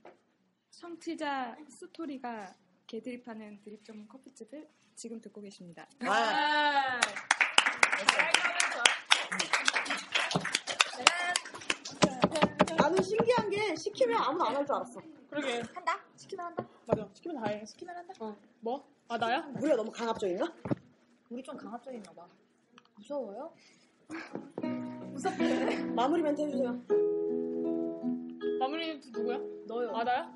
청취자 스토리가 개드립하는 드립 전문 커피집을 지금 듣고 계십니다.
아, 나는 신기한 게 시키면 아무도 안 할 줄 알았어.
그러게.
한다. 시키면 한다.
맞아. 시키면 다 해.
시키면 한다.
어. 뭐? 아 나야?
우리가 너무 강압적인가?
우리 좀 강압적인가 봐. 무서워요?
마무리 멘트 해주세요.
마무리는 또 누구야?
너요.
아 나야?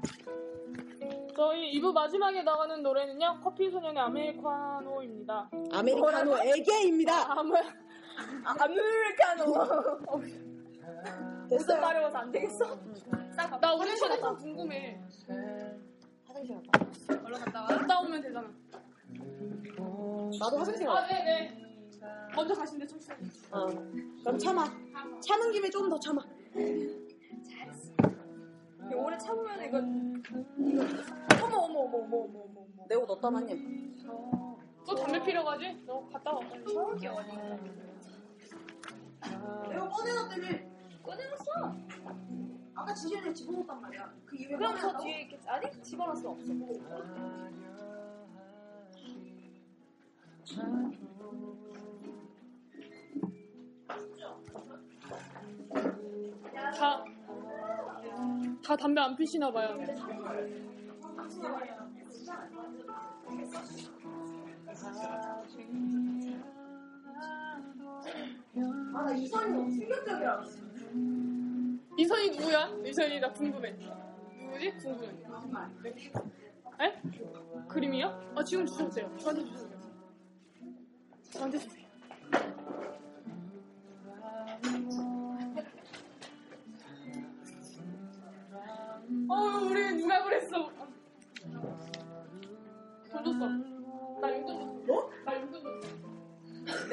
저희 2부 마지막에 나가는 노래는요. 커피 소년의 아메리카노입니다.
아메리카노 애게입니다.
아무
아메리카노. 무슨
됐어요.
말을 해서 안 되겠어? 싹
나 우리 셔서 궁금해.
화장실 갔다. 와.
얼른 갔다 와.
갔다 오면 되잖아.
나도 화장실
아
가.
네네. 먼저 가신대 청취자.
어. 그럼 참아. 참은 김에 조금 더 참아.
이거 오래 참으면 이거 이거 어머 어머 어머 어머 어머 어머 어머
내 옷 어디다 놨니?
또 담배 피러 가지? 너 갔다 와.
저기 어디
내가 꺼내놨더니
꺼내놨어
아까 지진을 집어넣었단 말이야. 그 입에
그럼 저 뒤에 이렇게 아니 집어넣었어 없어
다. 다 담배 안 피시나 봐요.
아나 이상이 너무 충격적이야.
이선이 누구야? 이선이 나 궁금해. 누구지? 궁금해. 에? 그림이요? 아 지금 주셨어요. 저한테 주셨어요. 저한테 주세요. 어 우리 누가 그랬어?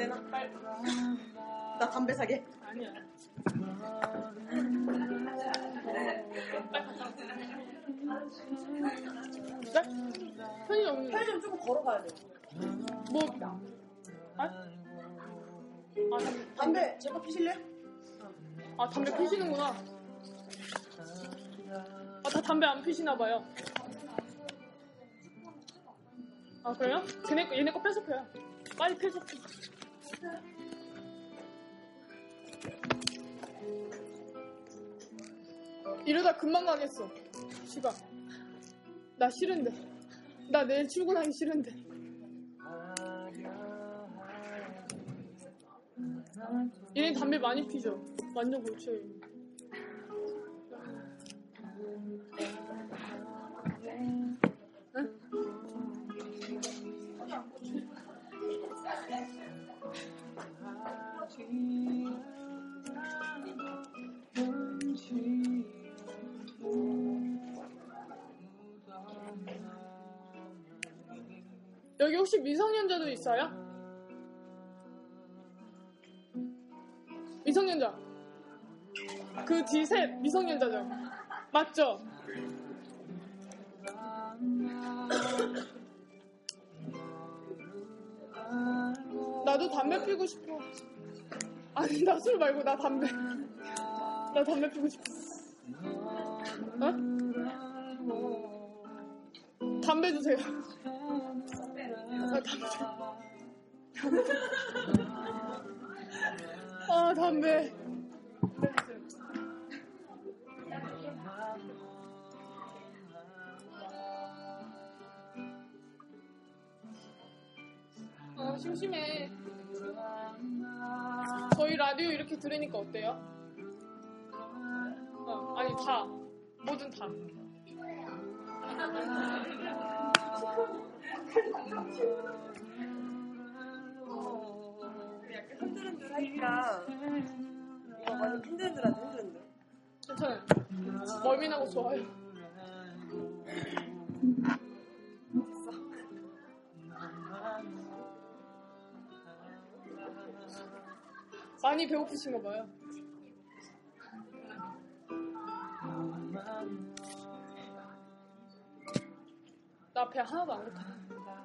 뭐? 나 담배 사게.
아니야. 편의점
편의점 조금 걸어가야 돼.
뭐
담배 제거 피실래?
아 담배 피시는구나. 아 다 담배 안 피시나 봐요. 아 그래요? 걔네 거- 얘네 거 뺏어 펴요. 빨리 뺏어 펴. 이러다 금방 가겠어. 시방. 나 싫은데. 나 내일 출근하기 싫은데. 얘네 담배 많이 피죠. 완전 고쳐요. 여기 혹시 미성년자도 있어요? 미성년자. 그 뒤셋 미성년자죠. 맞죠? 나도 담배 피고 싶어. 아니 나 술 말고 나 담배. 나 담배 피고 싶어. 어? 담배 주세요. 아, 담배. 아 담배 아 심심해 저희 라디오 이렇게 들으니까 어때요? 어, 아니 다 뭐든 다
흔들흔들하니까 음. 완전 흔들흔들하네 흔들흔들.
괜찮아요 멀미나고 좋아요 많이 배고프신가 봐요 나 배 하나도 안 고파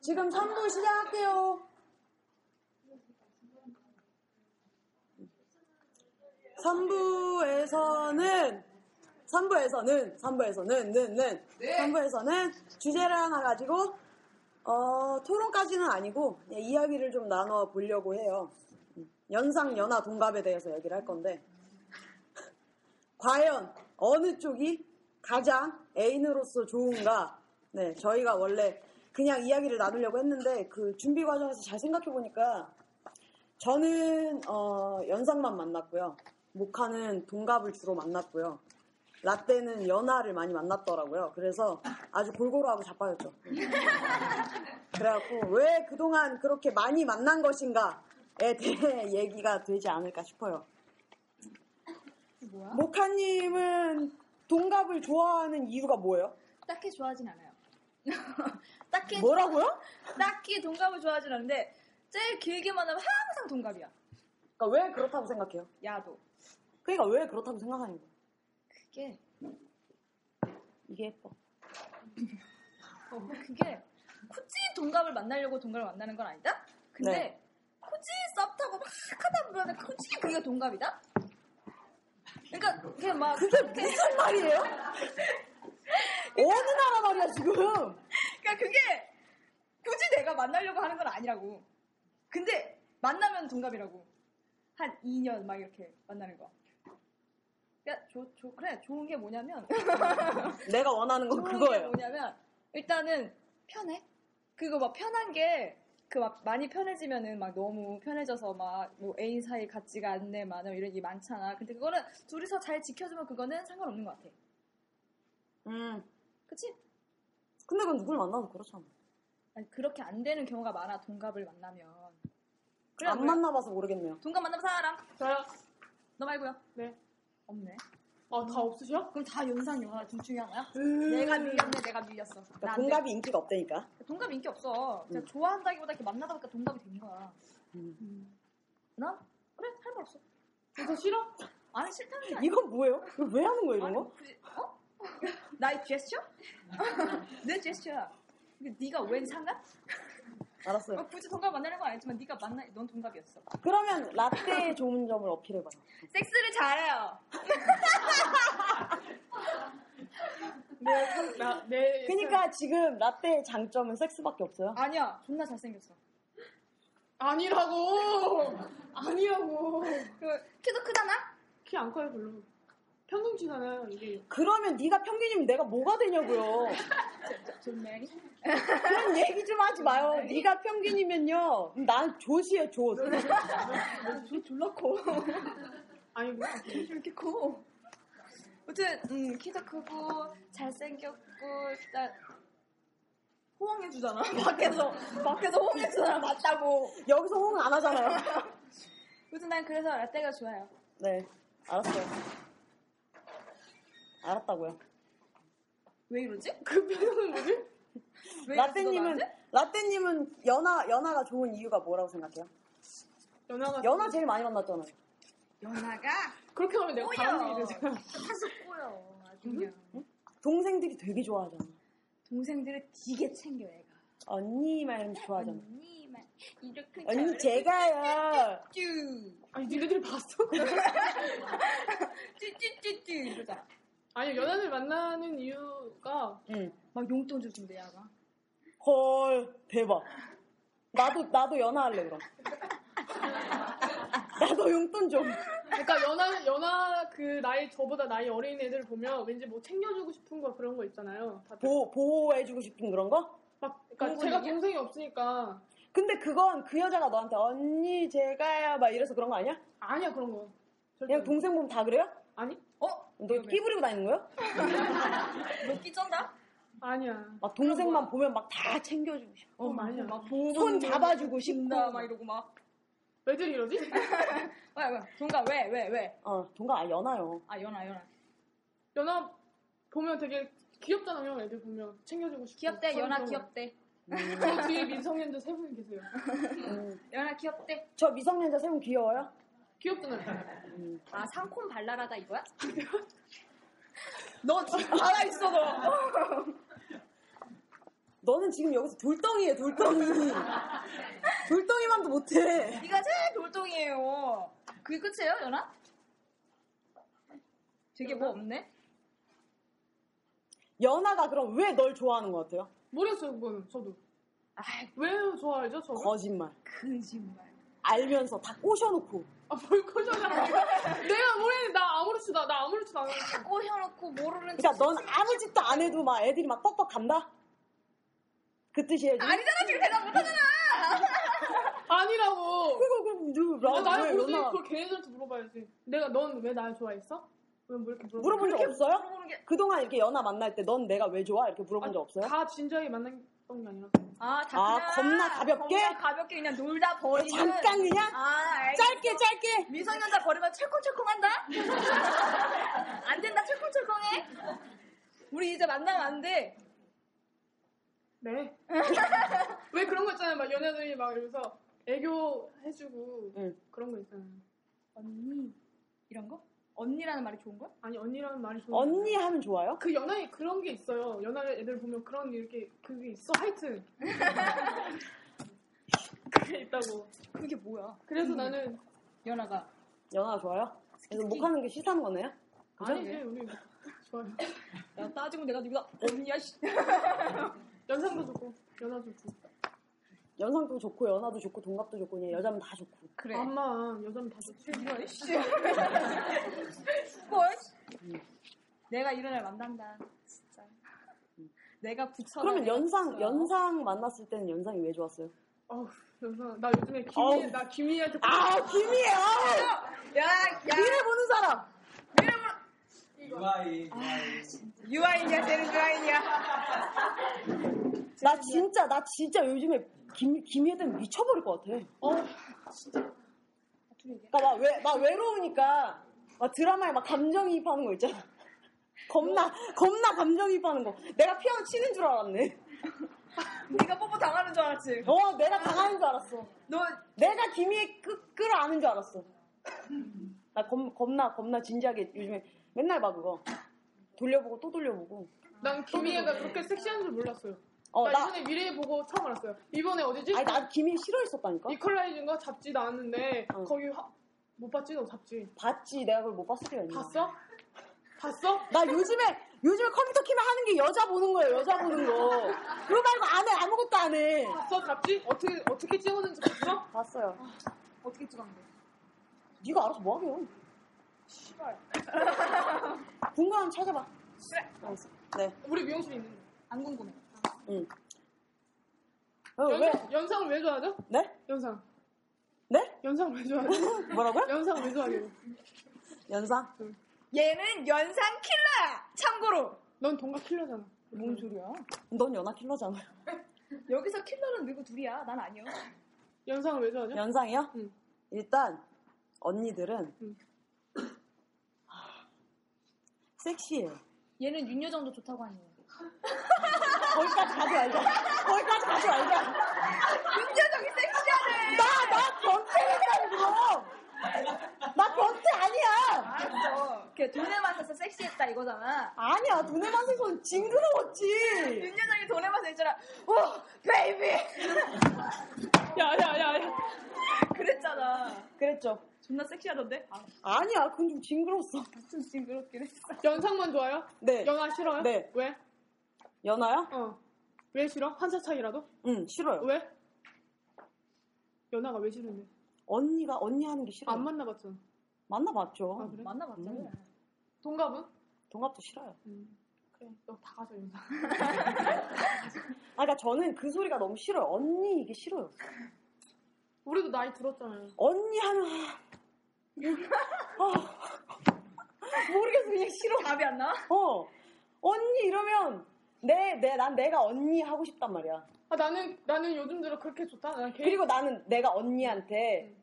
지금 3부 시작할게요. 3부에서는 3부에서는 3부에서는 는는 3부에서는 주제를 하나 가지고 어, 토론까지는 아니고 그냥 이야기를 좀 나눠 보려고 해요. 음, 연상 연하 동갑에 대해서 얘기를 할 건데 과연 어느 쪽이 가장 애인으로서 좋은가? 네, 저희가 원래 그냥 이야기를 나누려고 했는데 그 준비 과정에서 잘 생각해 보니까 저는 어, 연상만 만났고요. 모카는 동갑을 주로 만났고요. 라떼는 연하를 많이 만났더라고요. 그래서 아주 골고루 하고 자빠졌죠. 그래갖고 왜 그동안 그렇게 많이 만난 것인가에 대해 얘기가 되지 않을까 싶어요. 모카님은 동갑을 좋아하는 이유가 뭐예요?
딱히 좋아하진 않아요. 딱히
뭐라고요?
딱히 동갑을 좋아하진 않는데 제일 길게 만나면 항상 동갑이야.
그러니까 왜 그렇다고 생각해요?
야도.
그러니까 왜 그렇다고 생각하는 거예요?
그게
이게 예뻐.
어, 그게 굳이 동갑을 만나려고 동갑을 만나는 건 아니다. 근데
네.
굳이 썸 타고 막 하다 보면 굳이 그게 동갑이다. 그러니까 그게 막 그게
무슨 말이에요? 어느 나라 말이야 지금?
그러니까 그게 굳이 내가 만나려고 하는 건 아니라고. 근데 만나면 동갑이라고. 한 2년 막 이렇게 만나는 거. 그러니까 좋- 좋- 그래 좋은 게 뭐냐면
내가 원하는 건
좋은 게
그거예요.
뭐냐면 일단은 편해. 그거 막 편한 게 그 막 많이 편해지면은 막 너무 편해져서 막 뭐 애인 사이 같지가 않네 마너 이런 게 많잖아. 근데 그거는 둘이서 잘 지켜주면 그거는 상관없는 것 같아.
음.
그치?
근데 그건 누굴 만나도 그렇잖아.
아니, 그렇게 안 되는 경우가 많아 동갑을 만나면. 그래,
안
그래.
만나봐서 모르겠네요.
동갑 만나면 사람
저요?
너 말고요.
네.
없네.
아, 다 없으셔?
그럼 다 연상 영화 둘 중에 하나야? 음. 내가 밀렸네, 내가 밀렸어. 나
그러니까
안 돼.
동갑이 인기가 없다니까.
동갑 인기 없어. 제가 좋아한다기보다 이렇게 만나다 보니까 동갑이 된 거야. 음. 난 그래 할 말 없어.
그래서 싫어?
아니 싫다는 게 아니야.
이건 뭐예요? 이거 왜 하는 거예요, 이런 거?
굳이- 어? 나의 제스처? 내 제스처야. 이게 네가 웬 상관?
알았어요.
어, 굳이 동갑 만나는 건 아니지만 네가 만나 넌 동갑이었어.
그러면 라떼의 좋은 점을 어필해봐요.
섹스를 잘해요.
내, 네, 나, 네, 내.
그러니까 지금 라떼의 장점은 섹스밖에 없어요.
아니야. 존나 잘생겼어.
아니라고! 아니라고!
그 키도 크잖아.
키 안 커요, 별로. 평균치잖아요, 이게.
그러면 네가 평균이면 내가 뭐가 되냐고요.
존메리.
그런 얘기 좀 하지 마요. 아, 네가 네. 평균이면요. 난 조시야, 조.
졸라 커.
아니구나.
이렇게 커. 아무튼 음, 키도 크고 잘생겼고 일단 호응해 주잖아. 밖에서 밖에서 호응해 주잖아. 맞다고.
여기서 호응 안 하잖아요.
아무튼 난 그래서 라떼가 좋아요.
네, 알았어요. 알았다고요.
왜 이러지?
그 표정은 뭐지?
왜
라떼님은 라떼님은 연하 연하가 좋은 이유가 뭐라고 생각해요?
연하가.
연하 제일 많이 만났잖아요.
연하가
그렇게 하면 내가 바람이
꼬여.
되잖아.
사실 꼬여. 아주 그냥.
동생들이 되게 좋아하잖아.
동생들을 되게 챙겨 얘가.
언니 막 이런 거 좋아하잖아.
언니만 이렇게
언니 제가요.
쭈쭈쭈쭈
아니, 니네들이 봤어?
이러잖아.
아니, 연하를 만나는 이유가.
응.
막 용돈 주준대 야가.
헐 대박. 나도 나도 연하할래 그럼. 나도 용돈 좀.
그러니까 연하, 연하 그 나이, 저보다 나이 어린 애들 보면 왠지 뭐 챙겨주고 싶은 거 그런 거 있잖아요. 다들.
보 보호해주고 싶은 그런 거?
막, 그러니까 제가
공군이냐?
동생이 없으니까.
근데 그건 그 여자가 너한테 언니 제가요 막 이래서 그런 거 아니야?
아니야, 그런 거. 절대
그냥
아니야.
동생 보면 다 그래요?
아니?
어?
너 끼 부리고 다니는 거야?
너 끼쩐다?
아니야.
막 동생만 보면 막 다 챙겨주고 싶어.
어, 맞아.
손 잡아주고 싶다.
나 막 이러고 막.
왜들 이러지?
왜, 왜? 동가 왜, 왜, 왜?
어, 동가 아, 연하요.
아, 연아, 연아.
연하 보면 되게 귀엽잖아요, 애들 보면. 챙겨주고 싶고.
귀엽대,
그런
연아
경우.
귀엽대.
저 뒤에 미성년자 세 분 계세요.
음.
연아 귀엽대.
저 미성년자 세분 귀여워요?
귀엽잖아요.
아, 상콤 발랄하다 이거야?
너 지금 알아 있어 너. 너는 지금 여기서 돌덩이에 돌덩이. 돌덩이만도 못해.
네가 제일 돌덩이에요. 그게 끝이에요, 연아? 되게 뭐 없네?
연하가 그럼 왜 널 좋아하는 것 같아요?
모르겠어요, 그거는, 저도.
아,
왜 좋아하죠, 저거?
거짓말.
거짓말.
알면서 다 꼬셔놓고.
아, 뭘 거잖아. 내가 모르는데, 나 아무렇지도, 않아. 나 아무렇지도 않아.
다 꼬셔놓고 모르는
그러니까 넌 아무 짓도 안 해도 막 애들이 막 뻑뻑 간다. 그 뜻이에요. 지금?
아니잖아, 지금 대답 못하잖아!
아니라고.
그거 그럼 누
아, 나는
왜
모르지.
연하?
그걸 걔네들한테 물어봐야지. 내가, 넌 왜 날 좋아했어? 왜 뭐 이렇게 물어봐?
물어본 적 없어요?
물어보는 게.
그동안 이렇게 연하 만날 때 넌 내가 왜 좋아? 이렇게 물어본 적 없어요?
다 진지하게 만났던 게 아니라.
아, 다
아,
그냥
겁나 가볍게? 어,
겁나 가볍게 그냥 놀다 버리는.
잠깐 그냥?
아, 알겠어.
짧게 짧게
미성년자 버리면 철컹철컹한다? 안 된다, 철컹철컹해? 우리 이제 만나면 안 돼.
네. 왜 그런 거 있잖아요. 막 연애들이 막 이러면서 애교 해주고
응.
그런 거 있잖아요.
언니, 이런 거? 언니라는 말이 좋은 거야?
아니 언니라는 말이 좋은
언니 하면 좋아요?
그 연하에 그런 게 있어요. 연하 애들 보면 그런 이렇게 그게 있어. 하여튼 그게 있다고.
그게 뭐야?
음.
그래서 나는
연아가.
연하가 좋아요? 그래서 목하는 게 싫다는 거네요?
아니지 우리 좋아요.
야, 따지고 내가 누구다. 언니야, 씨.
연상도 좋고 연하 좋고.
연상도 좋고 연하도 좋고 동갑도 좋고 그냥 여자면 다 좋고
그래.
암만 여자면 다 좋지.
뭐야, 씨. 뭐야, 씨. 내가 이런 애 만난다. 진짜. 내가 부처.
그러면 연상 연상 만났을 때는 연상이 왜 좋았어요?
어우 연상 나 요즘에 김이
어우.
나 김이한테
아 김이야!
야, 야.
미래 보는 사람!
미래 보러
유아인
유아인이야, 쟤는 유아인이야.
나 진짜 나 진짜 요즘에 김 김혜든 미쳐버릴 것 같아. 어, 진짜. 그러니까 막 외 막 외로우니까 막 드라마에 막 감정이입하는 거 있잖아. 겁나 겁나 감정이입하는 거. 내가 피아노 치는 줄 알았네.
네가 뽀뽀 당하는 줄 알았지.
어, 내가 당하는 줄 알았어.
너
내가 김희의 끄, 끌어안은 줄 알았어. 나 겁, 겁나, 겁나 진지하게 요즘에 맨날 봐, 그거. 돌려보고 또 돌려보고.
난 김희애가 그렇게 섹시한 줄 몰랐어요.
어,
나
나,
이번에 미래 보고 처음 알았어요. 이번에 어디지?
아니, 나 김희 싫어했었다니까?
이퀄라이징가 잡지 나왔는데
어.
거기 화- 못 봤지 너 잡지
봤지, 내가 그걸 못 봤을 때가 있나.
봤어? 봤어?
나 요즘에, 요즘에 컴퓨터 키면 하는 게 여자 보는 거예요, 여자 보는 거. 그거 말고 안 해, 아무것도 안 해.
봤어 잡지? 어떻게 어떻게 찍었는지 봤어?
봤어요.
어떻게 찍었는데?
네가 알아서 뭐 하게요? 씨발. 궁금하면 찾아봐. 어, 알았어. 네.
우리 미용실 있는 거.
안 궁금해.
응. 어, 왜?
연상 연상을 왜 좋아하죠?
네?
연상
네?
연상 왜 좋아하죠?
뭐라고요?
연상 왜 좋아해요?
연상?
얘는 연상 킬러야. 참고로
넌 동갑 킬러잖아.
뭔 소리야?
넌 연하 킬러잖아.
여기서 킬러는 너희 둘이야. 난 아니야.
연상을 왜 좋아하죠?
연상이요?
응.
일단 언니들은
응.
하, 섹시해요.
얘는 윤여정도 좋다고 하니.
거기까지 가지 말자. 거기까지 가지 말자.
윤여정이 섹시하네.
나, 나 변태라고. 나 변태 아니야.
알았어. 걔 돈에 맞아서 섹시했다 이거잖아.
아니야. 돈의 만세선 징그러웠지.
윤여정이 돈에 맞아서 있잖아. 오, 베이비.
야야야야.
그랬잖아.
그랬죠.
존나 섹시하던데? 아,
아니야. 그건 좀 징그러웠어.
무슨 징그럽긴 했어.
연상만 좋아요?
네.
연하 싫어요?
네.
왜?
연하야?
어. 왜 싫어? 한 살 차이라도?
응, 싫어요.
왜? 연하가 왜 싫은데?
언니가 언니 하는 게 싫어요.
안 만나봤잖아.
만나봤죠.
아, 그래?
어.
만나봤잖아.
동갑은?
동갑도 싫어요.
그래. 너 다 가져 연상.
아, 그러니까 저는 그 소리가 너무 싫어요. 언니 이게 싫어요.
우리도 나이 들었잖아요.
언니 하나. 아, 모르겠어 그냥 싫어.
답이 안 나와?
어 언니 이러면 내내난 내가 언니 하고 싶단 말이야.
아, 나는, 나는 요즘 들어 그렇게 좋다? 난 개,
그리고 나는 내가 언니한테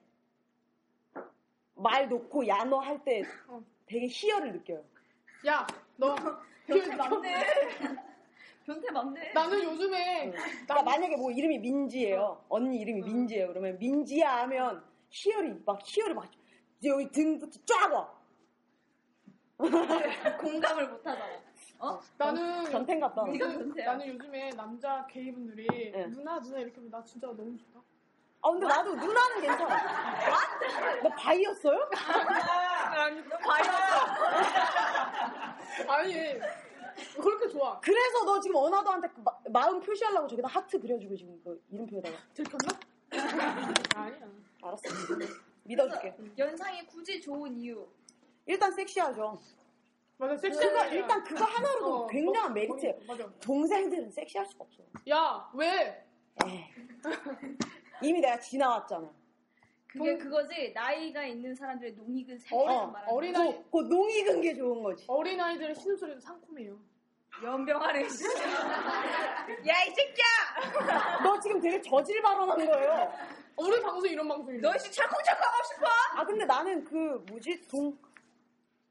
말 놓고 야너 할 때
어.
되게 희열을 느껴요.
야, 너.
변태 맞네. 변태 맞네.
나는 요즘에.
그러니까 만약에 뭐 이름이 민지예요. 언니 이름이 민지예요. 그러면 민지야 하면 희열이 막 희열이 막 여기 등부터 쫙 와.
공감을 못하잖아. 어?
나는.
변태 같다.
이거 변태야.
나는 요즘에 남자 게이분들이
네.
누나 누나 이렇게 하면 나 진짜 너무 좋다.
아 근데 나도 누나는 괜찮아. 나 바이였어요?
너 과연
아니 그렇게 좋아.
그래서 너 지금 어나더한테 그 마, 마음 표시하려고 저기다 하트 그려주고 지금 그 이름표에다가
들켰나? 아니야.
알았어 믿어줄게
연상이 굳이 좋은 이유.
일단 섹시하죠
맞아 섹시한
그거
거야.
일단 그거 하나로도
어,
굉장한
어,
메리트예요
맞아.
동생들은 섹시할 수가 없어
야 왜?
에이. 이미 내가 지나왔잖아
그게 그거지. 나이가 있는 사람들의 농익은
어린-
세계란 말하는
어린-
거야.
그, 그 농익은 게 좋은 거지
어린 아이들의 신음소리도 상큼해요.
연병하네. 씨. 야, 이 새끼야!
너 지금 되게 저질 발언한 거예요
우리 방송 이런 방송이야.
너 씨, 철컹철컹 하고 싶어?
아 근데 나는 그 뭐지 동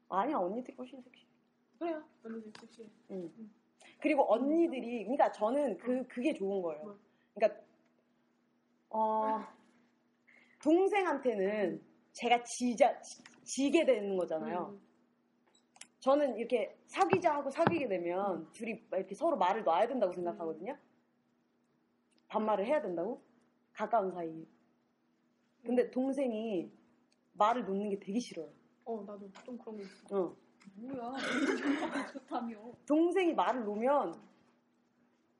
아니야 언니들이 훨씬 섹시
그래요. 완전 섹시해.
음. 그리고 언니들이, 그러니까 저는 그, 그게 좋은 거예요.
뭐?
그러니까, 어, 동생한테는 제가 지자, 지, 게 되는 거잖아요.
음.
저는 이렇게 사귀자 하고 사귀게 되면 둘이 막 이렇게 서로 말을 놔야 된다고 생각하거든요. 반말을 해야 된다고? 가까운 사이. 근데 동생이 말을 놓는 게 되게 싫어요.
어 나도 좀 그런 거 있어.
어.
뭐야. 좋다며.
동생이 말을 놓으면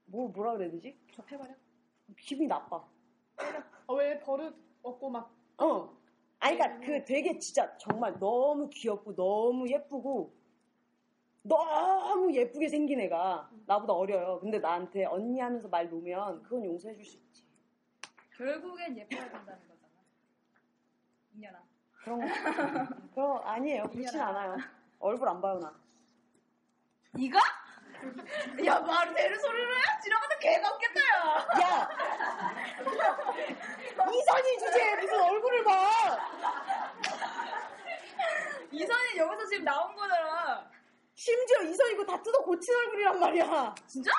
뭐 뭐라 그래야 되지?
저 해봐요.
기분이 나빠.
아, 왜 버릇 없고 막
어. 아니, 그니까,
네.
그 되게 진짜 정말 너무 귀엽고, 너무 예쁘고, 너무 예쁘게 생긴 애가
음.
나보다 어려요. 근데 나한테 언니 하면서 말 놓으면 그건 용서해 줄 수 있지.
결국엔 예뻐야 된다는 거잖아. 이년아.
그런 거. 그런, 거 아니에요. 그렇진 않아요. 얼굴 안 봐요, 나.
네가? 야 말을 되는 소리를 해? 지나가다 개가 없겠다 야.
야! 이선희 주제에 무슨 얼굴을 봐!
이선이 여기서 지금 나온 거잖아.
심지어 이선이고 다 뜯어 고친 얼굴이란 말이야.
진짜?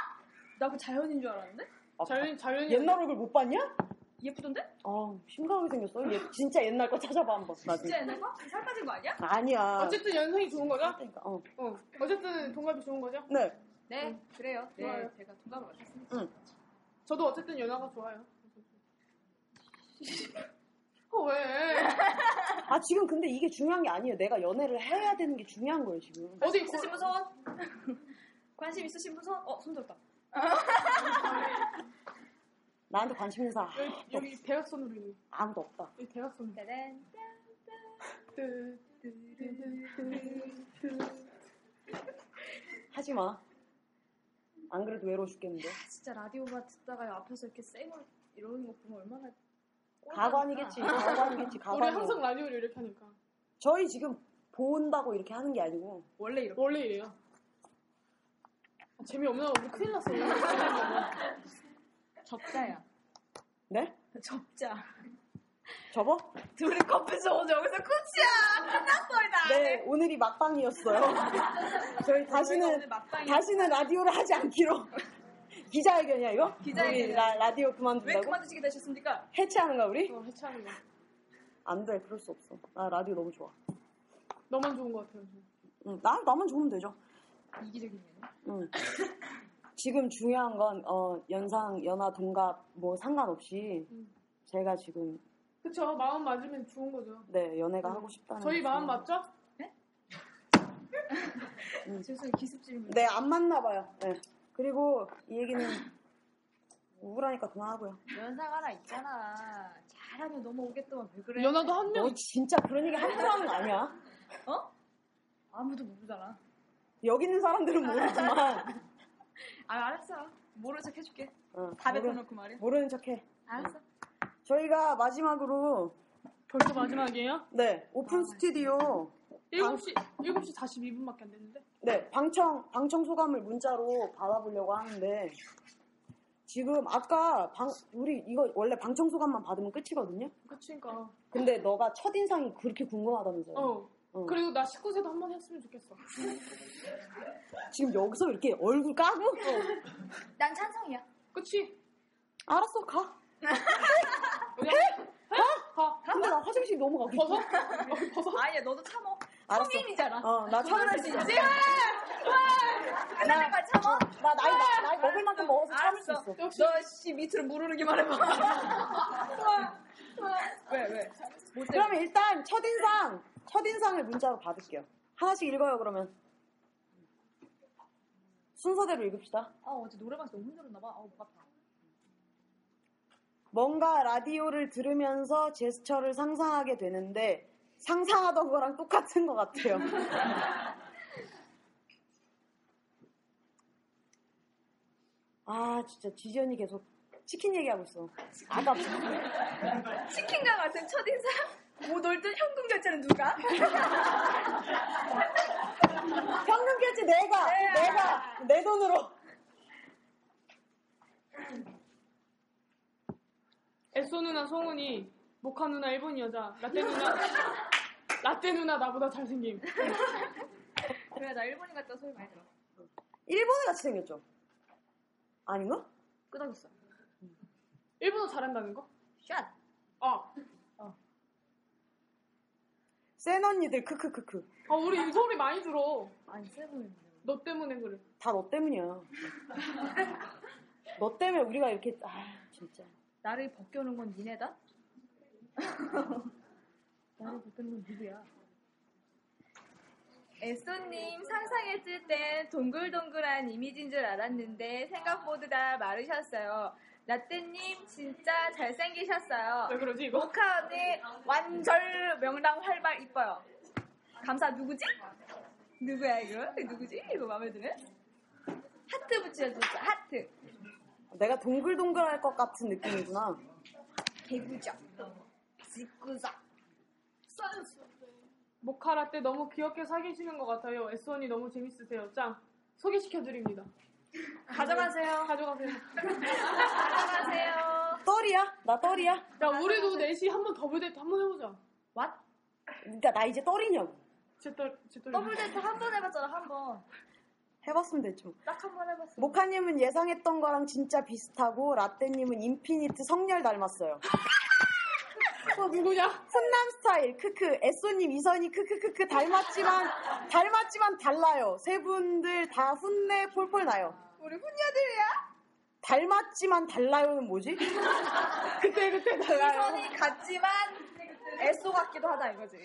나 그 자연인 줄 알았는데?
자연, 자연이.
옛날 얼굴 못 봤냐?
예쁘던데?
아, 심각하게 생겼어. 얘 진짜 옛날 거 찾아봐, 한번. 나중에.
진짜 옛날 거? 살 빠진 거 아니야?
아니야.
어쨌든 연상이 좋은 거죠?
그러니까, 어.
어. 어쨌든 동갑이 좋은 거죠?
네.
네, 그래요. 네,
좋아요.
제가 동감을 못했습니다.
저도 어쨌든 연하가 좋아요. 어, 왜?
아, 지금 근데 이게 중요한 게 아니에요. 내가 연애를 해야 되는 게 중요한 거예요, 지금.
어디 고-
있으신 분 손? 관심 있으신 분 손? 어, 손 들었다.
나한테 관심 있는 사람
여기, 여기 대각선으로 있는.
아무도 없다.
여기 대각선으로.
짜잔.
뜨, 뜨, 뜨, 뜨, 뜨.
하지 마. 안 그래도 외로워 죽겠는데.
아, 진짜 라디오만 듣다가 앞에서 이렇게 쌩얼 이러는 거 보면 얼마나
가관이겠지, 가관이겠지,
우리
가관이.
항상 라디오를 이렇게 하니까.
저희 지금 본다고 이렇게 하는 게 아니고.
원래 이렇게
원래 이래요. 아, 재미없나? 우리 큰일 났어.
접자야.
네?
접자.
접어?
둘이 커피숍 오늘 여기서 끝이야. 끝났어, 이제.
네, 오늘이 막방이었어요. 저희
오늘
다시는,
막방이야.
다시는 라디오를 하지 않기로. 기자회견이야, 이거?
기자회견.
우리 라, 라디오
왜
그만둔다고?
그만두시게 되셨습니까?
해체하는 거야, 우리?
어, 해체하는 거.
안 돼, 그럴 수 없어. 나 라디오 너무 좋아.
너만 좋은 것 같아요. 지금.
응, 나, 나만 좋으면 되죠.
이기적인 얘기.
응. 지금 중요한 건, 어, 연상, 연하, 동갑, 뭐 상관없이,
음.
제가 지금,
그쵸. 마음 맞으면 좋은 거죠.
네, 연애가 하고 싶다는.
음.
거지.
저희 마음 맞죠?
죄송해요, 기습 질문.
네, 안 맞나 봐요. 네. 그리고 이 얘기는 우울하니까 그만하고요.
연상 하나 있잖아. 잘하면 넘어오겠더만 왜 그래?
연하도 한 명.
너 진짜 그런 얘기 함부로 하는 거 아니야?
아무도 모르잖아.
여기 있는 사람들은 모르지만,
아 알았어. 모르는 척 해줄게.
어,
다
모르,
뱉어놓고 말이야.
모르는 척해.
알았어.
저희가 마지막으로,
벌써 마지막이에요?
네,
아,
오픈 스튜디오,
7시, 7시 42분밖에 안 됐는데?
네, 방청, 방청 소감을 문자로 받아보려고 하는데, 지금 아까 방, 우리 이거 원래 방청 소감만 받으면 끝이거든요?
그치니까.
근데 너가 첫인상이 그렇게 궁금하다면서요?
어.
어.
그리고 나 19세도 한 번 했으면 좋겠어.
지금 여기서 이렇게 얼굴 까고?
난 찬성이야.
그치?
알았어, 가.
해! 해! 가!
근데 나 화장실 너무 가고
벗어?
싶어.
어, 벗어?
아니야 너도 참어.
알았어.
성인이잖아. 아,
어, 나 참을 수 있어.
끝날 때까지 참어.
나 나이, 나, 나이 먹을 만큼 먹어서 참을 수 있어.
역시.
너씨 밑으로 무르르기만 해봐. 왜 왜? 못 때려.
그러면 일단 첫인상, 첫인상을 문자로 받을게요. 하나씩 읽어요, 그러면. 순서대로 읽읍시다.
아 어제 노래방에서 너무 힘들었나 봐. 아목 아파.
뭔가 라디오를 들으면서 제스처를 상상하게 되는데 상상하던 거랑 똑같은 것 같아요. 아 진짜 지지연이 계속 치킨 얘기하고 있어. 아까
치킨과 같은 첫인상? 못 올듯 현금 결제는 누가?
현금 결제 내가 내가 내 돈으로
에쏘 누나, 송은이, 모카 누나, 일본 여자, 라떼 누나. 라떼 누나 나보다 잘생김.
그래 나 일본인 같다 소리 많이 들어.
일본에 같이 생겼죠? 아닌가?
끄덕였어.
일본어 잘한다는 거?
샷.
아.
센 언니들 크크크크
아, 우리 이 소리 많이 들어.
아니 세 보이는데.
너 때문에 그래.
다 너 때문이야. 너 때문에 우리가 이렇게 아 진짜
나를 벗겨놓은 건 니네다? 나를 벗겨놓은 건 누구야? 에쏘님 상상했을 땐 동글동글한 이미지인 줄 알았는데 생각보다 마르셨어요. 라떼님 진짜 잘생기셨어요.
왜 그러지, 이거?
모카 언니 완절 명랑 활발 이뻐요. 감사 누구지? 누구야 이거? 누구지? 이거 마음에 드네? 하트 붙여줬어 하트.
내가 동글동글할 것 같은 느낌이구나.
개구적. 직구적.
모카 라떼 너무 귀엽게 사귀시는 것 같아요. 에쏘 언니 너무 재밌으세요. 짱. 소개시켜드립니다.
가져가세요.
가져가세요.
가져가세요.
떨이야? 나 떨이야?
야, 우리도 넷이 한번 더블 데이트 한번 해보자.
그러니까 나 이제 떨이냐고.
제떨 제떨.
더블 데이트 한 번 해봤잖아, 한 번.
해봤으면 됐죠.
딱 한 번 해봤어.
모카님은 예상했던 거랑 진짜 비슷하고 라떼님은 인피니트 성렬 닮았어요.
어, 누구냐?
훈남 스타일 크크 에쏘님 이선희 크크크크 닮았지만 닮았지만 달라요. 세 분들 다 훈내 폴폴 나요.
우리 훈녀들이야?
닮았지만 달라요는 뭐지?
그때 그때 달라요.
이선이 같지만 애쏘 같기도 하다 이거지.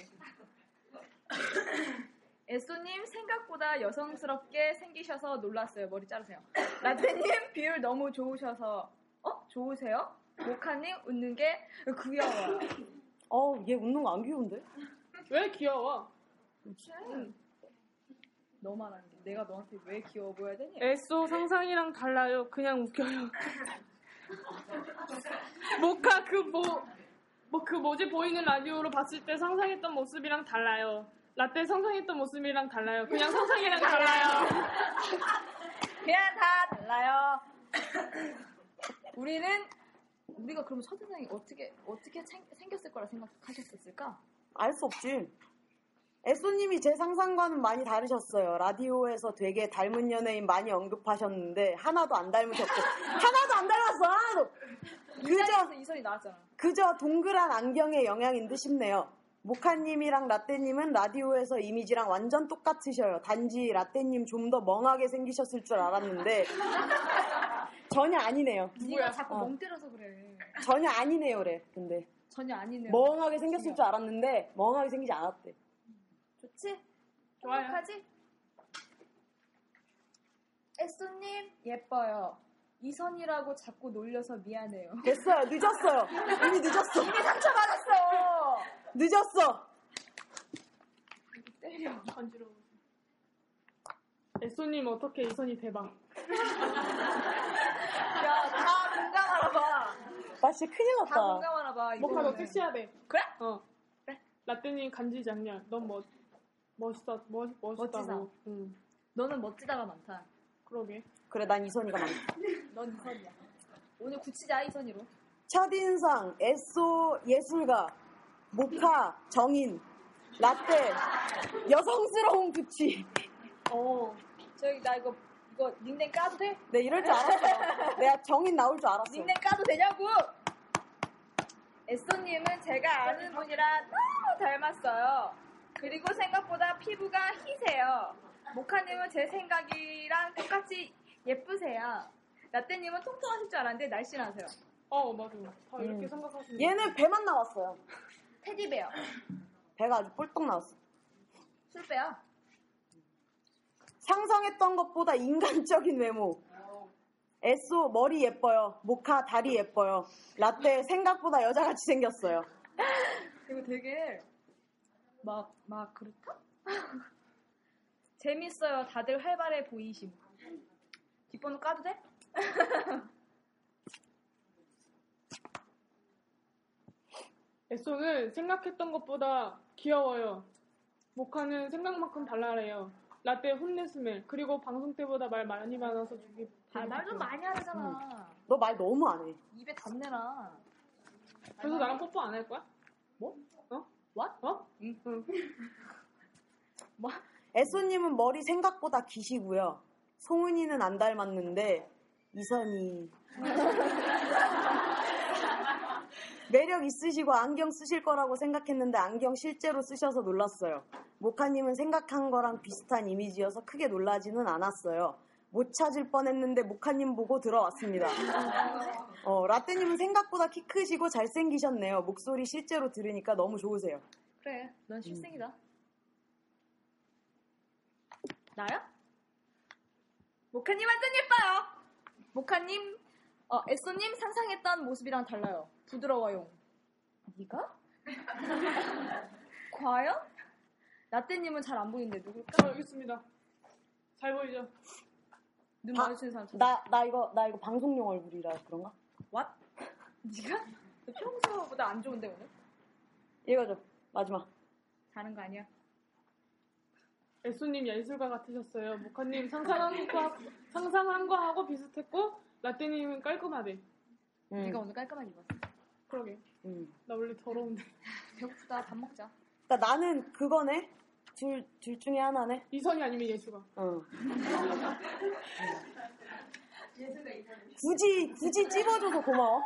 에쏘님 생각보다 여성스럽게 생기셔서 놀랐어요. 머리 자르세요.
라떼님
비율 너무 좋으셔서 어? 좋으세요? 모카님 웃는 게 귀여워.
어, 얘 웃는 거 안 귀여운데?
왜 귀여워?
음.
너만 안 돼. 내가 너한테 왜 귀여워 보여야 되니?
에쏘 상상이랑 달라요. 그냥 웃겨요. 모카 그 뭐, 뭐 그 뭐지 보이는 라디오로 봤을 때 상상했던 모습이랑 달라요. 라떼 상상했던 모습이랑 달라요. 그냥 상상이랑 달라요.
그냥 다 달라요. 우리는 우리가 그럼 첫인상이 어떻게 어떻게 생, 생겼을 거라 생각하셨을까?
알 수 없지. 에쏘님이 제 상상과는 많이 다르셨어요. 라디오에서 되게 닮은 연예인 많이 언급하셨는데 하나도 안 닮으셨고 하나도 안 닮았어. 하나도. 그저
이선이 나왔잖아.
그저 동그란 안경의 영향인 듯 싶네요. 모카님이랑 라떼님은 라디오에서 이미지랑 완전 똑같으셔요. 단지 라떼님 좀 더 멍하게 생기셨을 줄 알았는데 전혀 아니네요.
네가 자꾸
어.
멍 때려서 그래.
전혀 아니네요래. 근데
전혀 아니네요.
멍하게 생겼을 줄 알았는데 멍하게 생기지 않았대.
좋지?
좋아요.
행복하지? 애쏘님 예뻐요. 이선이라고 자꾸 놀려서 미안해요.
됐어요. 늦었어요. 이미 늦었어.
상처받았어.
늦었어.
간지러워. 에쏘님 어떻게 이선이 대박.
야다 공감하나 봐.
나 진짜 큰일
다
났다.
공감하나 봐.
모카 너
이거는.
섹시하대.
네. 그래?
어. 라떼님 간지 장렬. 넌 멋, 멋있다, 멋,
멋지다.
멋있다고. 응.
너는 멋지다가 많다.
그러게.
그래 난 이선이가 많다.
넌 이선이야. 오늘 굳히자 이선이로.
첫인상 에소 예술가 모카 정인 라떼 여성스러운 구치.
어.
저기 나 이거 이거 닉네임 까도 돼?
네 이럴 줄 알았어. 내가 정인 나올 줄 알았어.
닉네임 까도 되냐고? 에쏘님은 제가 아는 분이랑 너무 닮았어요. 그리고 생각보다 피부가 희세요. 모카님은 제 생각이랑 똑같이 예쁘세요. 라떼님은 통통하실 줄 알았는데 날씬하세요.
어, 맞아. 다 이렇게
음.
생각하시는
예?
얘는 배만 나왔어요.
테디베어.
배가 아주 뿔떡 나왔어.
술 빼요.
상상했던 것보다 인간적인 외모. 에소 머리 예뻐요. 모카 다리 예뻐요. 라떼 생각보다 여자같이 생겼어요.
그리고 되게 막, 막 그렇다? 재밌어요. 다들 활발해 보이심. 뒷번호 까도 돼?
에쏘는 생각했던 것보다 귀여워요. 모카는 생각만큼 달라래요. 라떼 혼내스멜 그리고 방송 때보다 말 많이 많아서 저기
아, 말 좀 많이 하잖아.
너 말 너무 안 해.
입에 담내라.
그래서 나랑 뽀뽀 안 할 거야? 뭐? 어?
What?
어? 응.
에소님은 머리 생각보다 기시고요. 송은이는 안 닮았는데 이선이 매력 있으시고 안경 쓰실 거라고 생각했는데 안경 실제로 쓰셔서 놀랐어요. 모카님은 생각한 거랑 비슷한 이미지여서 크게 놀라지는 않았어요. 못 찾을 뻔했는데 모카님 보고 들어왔습니다. 어, 라떼님은 생각보다 키 크시고 잘생기셨네요. 목소리 실제로 들으니까 너무 좋으세요.
그래, 넌 실생이다. 나야? 모카님 완전 예뻐요. 모카님, 어, 에쏘님 상상했던 모습이랑 달라요. 부드러워요. 네가? 과연? 라떼님은 잘 안 보이는데 누굴까?
저 여기 있습니다. 잘 보이죠?
눈
다-
마주치는 사람.
나 나 이거 나 이거 방송용 얼굴이라 그런가?
왓? 네가? 너 평소보다 안 좋은데 오늘?
읽어줘 마지막
다른 거 아니야?
애수님 예술가 같으셨어요. 모카님 상상한 거 상상한 거 하고 비슷했고 라떼님은 깔끔하대.
음,
네가 오늘 깔끔하게 입었어.
그러게.
음.
나 원래 더러운데.
배고프다. 밥 먹자.
그러니까 나는 그거네. 둘, 둘 중에 하나네.
이선이 아니면 예수가.
어. 굳이 굳이 찝어줘서 고마워.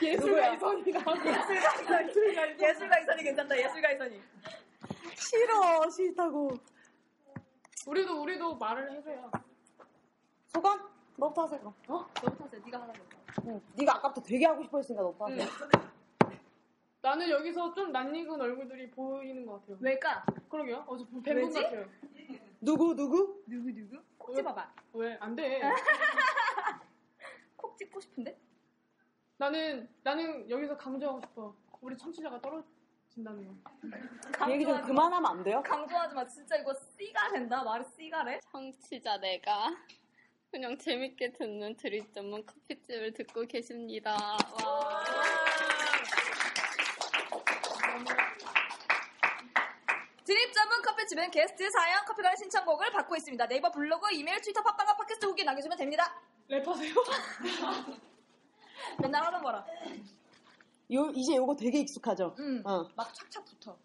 예수가 이선이가. 예수가 이선이.
예술가 이선이 괜찮다. 예술가 이선이.
싫어 싫다고.
우리도 우리도 말을 해줘요.
소감? 너부터 하세요. 그럼.
어?
너부터 하세요. 네가 하나 먹자.
응. 네가 아까부터 되게 하고 싶어 했으니까 너부터 하세요.
나는 여기서 좀 낯익은 얼굴들이 보이는 것 같아요.
왜일까?
그러게요. 어제 뱀분
왜지?
같아요.
누구 누구?
누구 누구? 콕 집어봐.
왜? 안 돼.
콕 찍고 싶은데?
나는 나는 여기서 강조하고 싶어. 우리 청취자가 떨어진다는 거.
얘기 좀
강조하지 마.
그만하면 안 돼요?
강조하지 마. 진짜 이거 C가 된다. 말이 C가래.
청취자 내가 그냥 재밌게 듣는 드립 전문 커피집을 듣고 계십니다. 와.
드립 전문 커피집은 게스트 사연 커피 관련 신청곡을 받고 있습니다. 네이버 블로그, 이메일, 트위터, 팟빵과 팟캐스트 후기에 남겨주면 됩니다.
래퍼세요?
맨날 하던 거라.
요 이제 요거 되게 익숙하죠.
응.
어.
막 착착 붙어.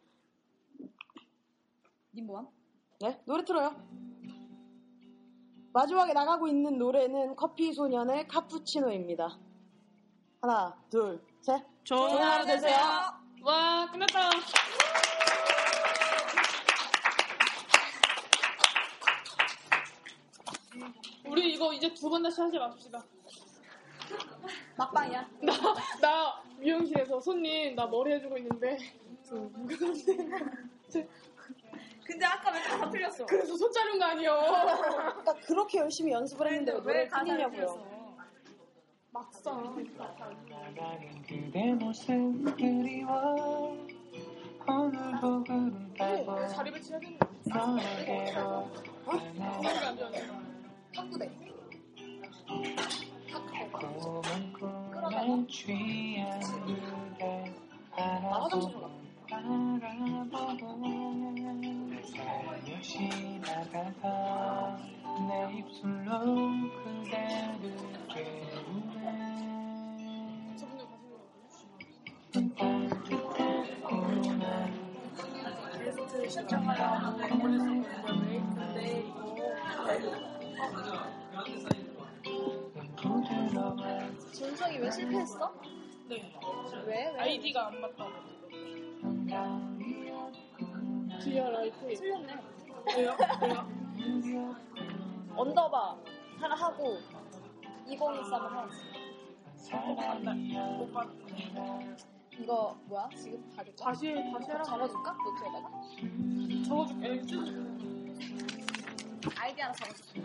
님 뭐함?
네 노래 틀어요. 마지막에 나가고 있는 노래는 커피 소년의 카푸치노입니다. 하나 둘 셋. 좋은 하루 되세요.
와 끝났다. 우리 이거 이제 두 번 다시 하지 맙시다.
막방이야.
나, 나 미용실에서 손님 나 머리 해주고 있는데 저 무근한데
근데 아까 왜다 틀렸어?
그래서 손 자른 거 아니에요?
그러니까 그렇게 열심히 연습을 했는데 왜 노래를 틀리냐고요.
막상
나가는 그대 모습 그리워 오늘 보고를
네.
가고
자립을 치야 되는
너에게로 가는
탁구대.
꿈은 꿈에 취한 그대 바라보고 바라보고 내 삶을 지나가다 내 입술로 그대를 깨우네
저분들 가슴
전성이 왜 실패했어? 네. 왜? 왜?
아이디가 안 맞다고 디어 라이프
틀렸네.
왜요? 왜요?
언더바 하나 하고 2013을 하지.
네.
이거 뭐야? 지금 다리
다시 다시 하라고
적어줄까? 노트에다가?
적어줄게 쭉
아이디 하나 적어줄게.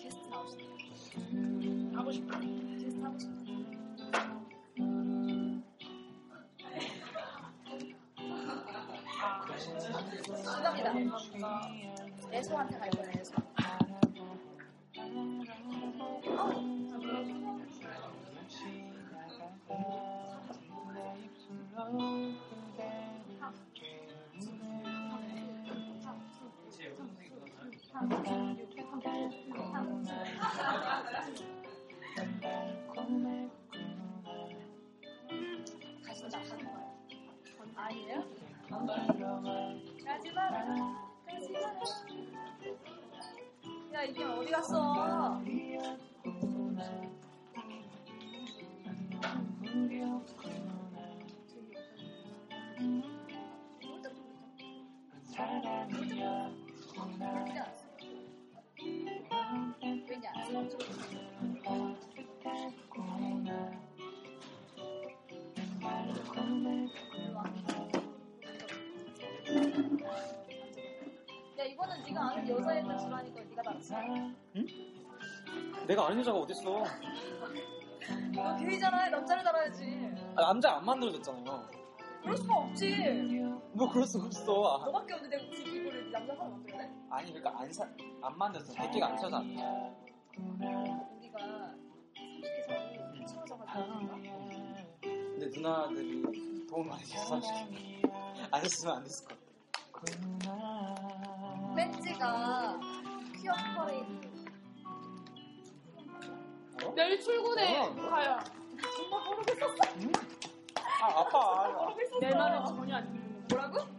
게스트 나오시네. 음, 하고 싶다. 게스트 하고 싶다. 수정이다. 애소한테 갈 거야, 애소. 가신다, 가는 거야. 아니에요? 가지 마라. 가지 마라. 야, 이게 어디 갔어? 왜냐? 야, 이거는 네가 아는 여자애들 주라니까 네가 낫지.
내가 아는 여자가 어딨어.
너 게이잖아. 남자를 달아야지.
아, 남자 안 만들어졌잖아요.
그럴 수가 없지.
뭐 그럴 수가 없어.
너밖에 없는데 내가 굳이 이거를 남자 사람 만들래?
아, 아니 그러니까 안, 사, 안 만들었어. 새끼가 안 쳐서 안 돼.
우리가 30대 전에 미쳐져가지고
근데 누나들이 도움 많이 했어. 안 했으면 안 됐을 것 같아.
배지가 퀴어 퍼레이드.
내일 출근해 가야
아 아파.
아,
내 말은 전혀 안 듣는
뭐라고?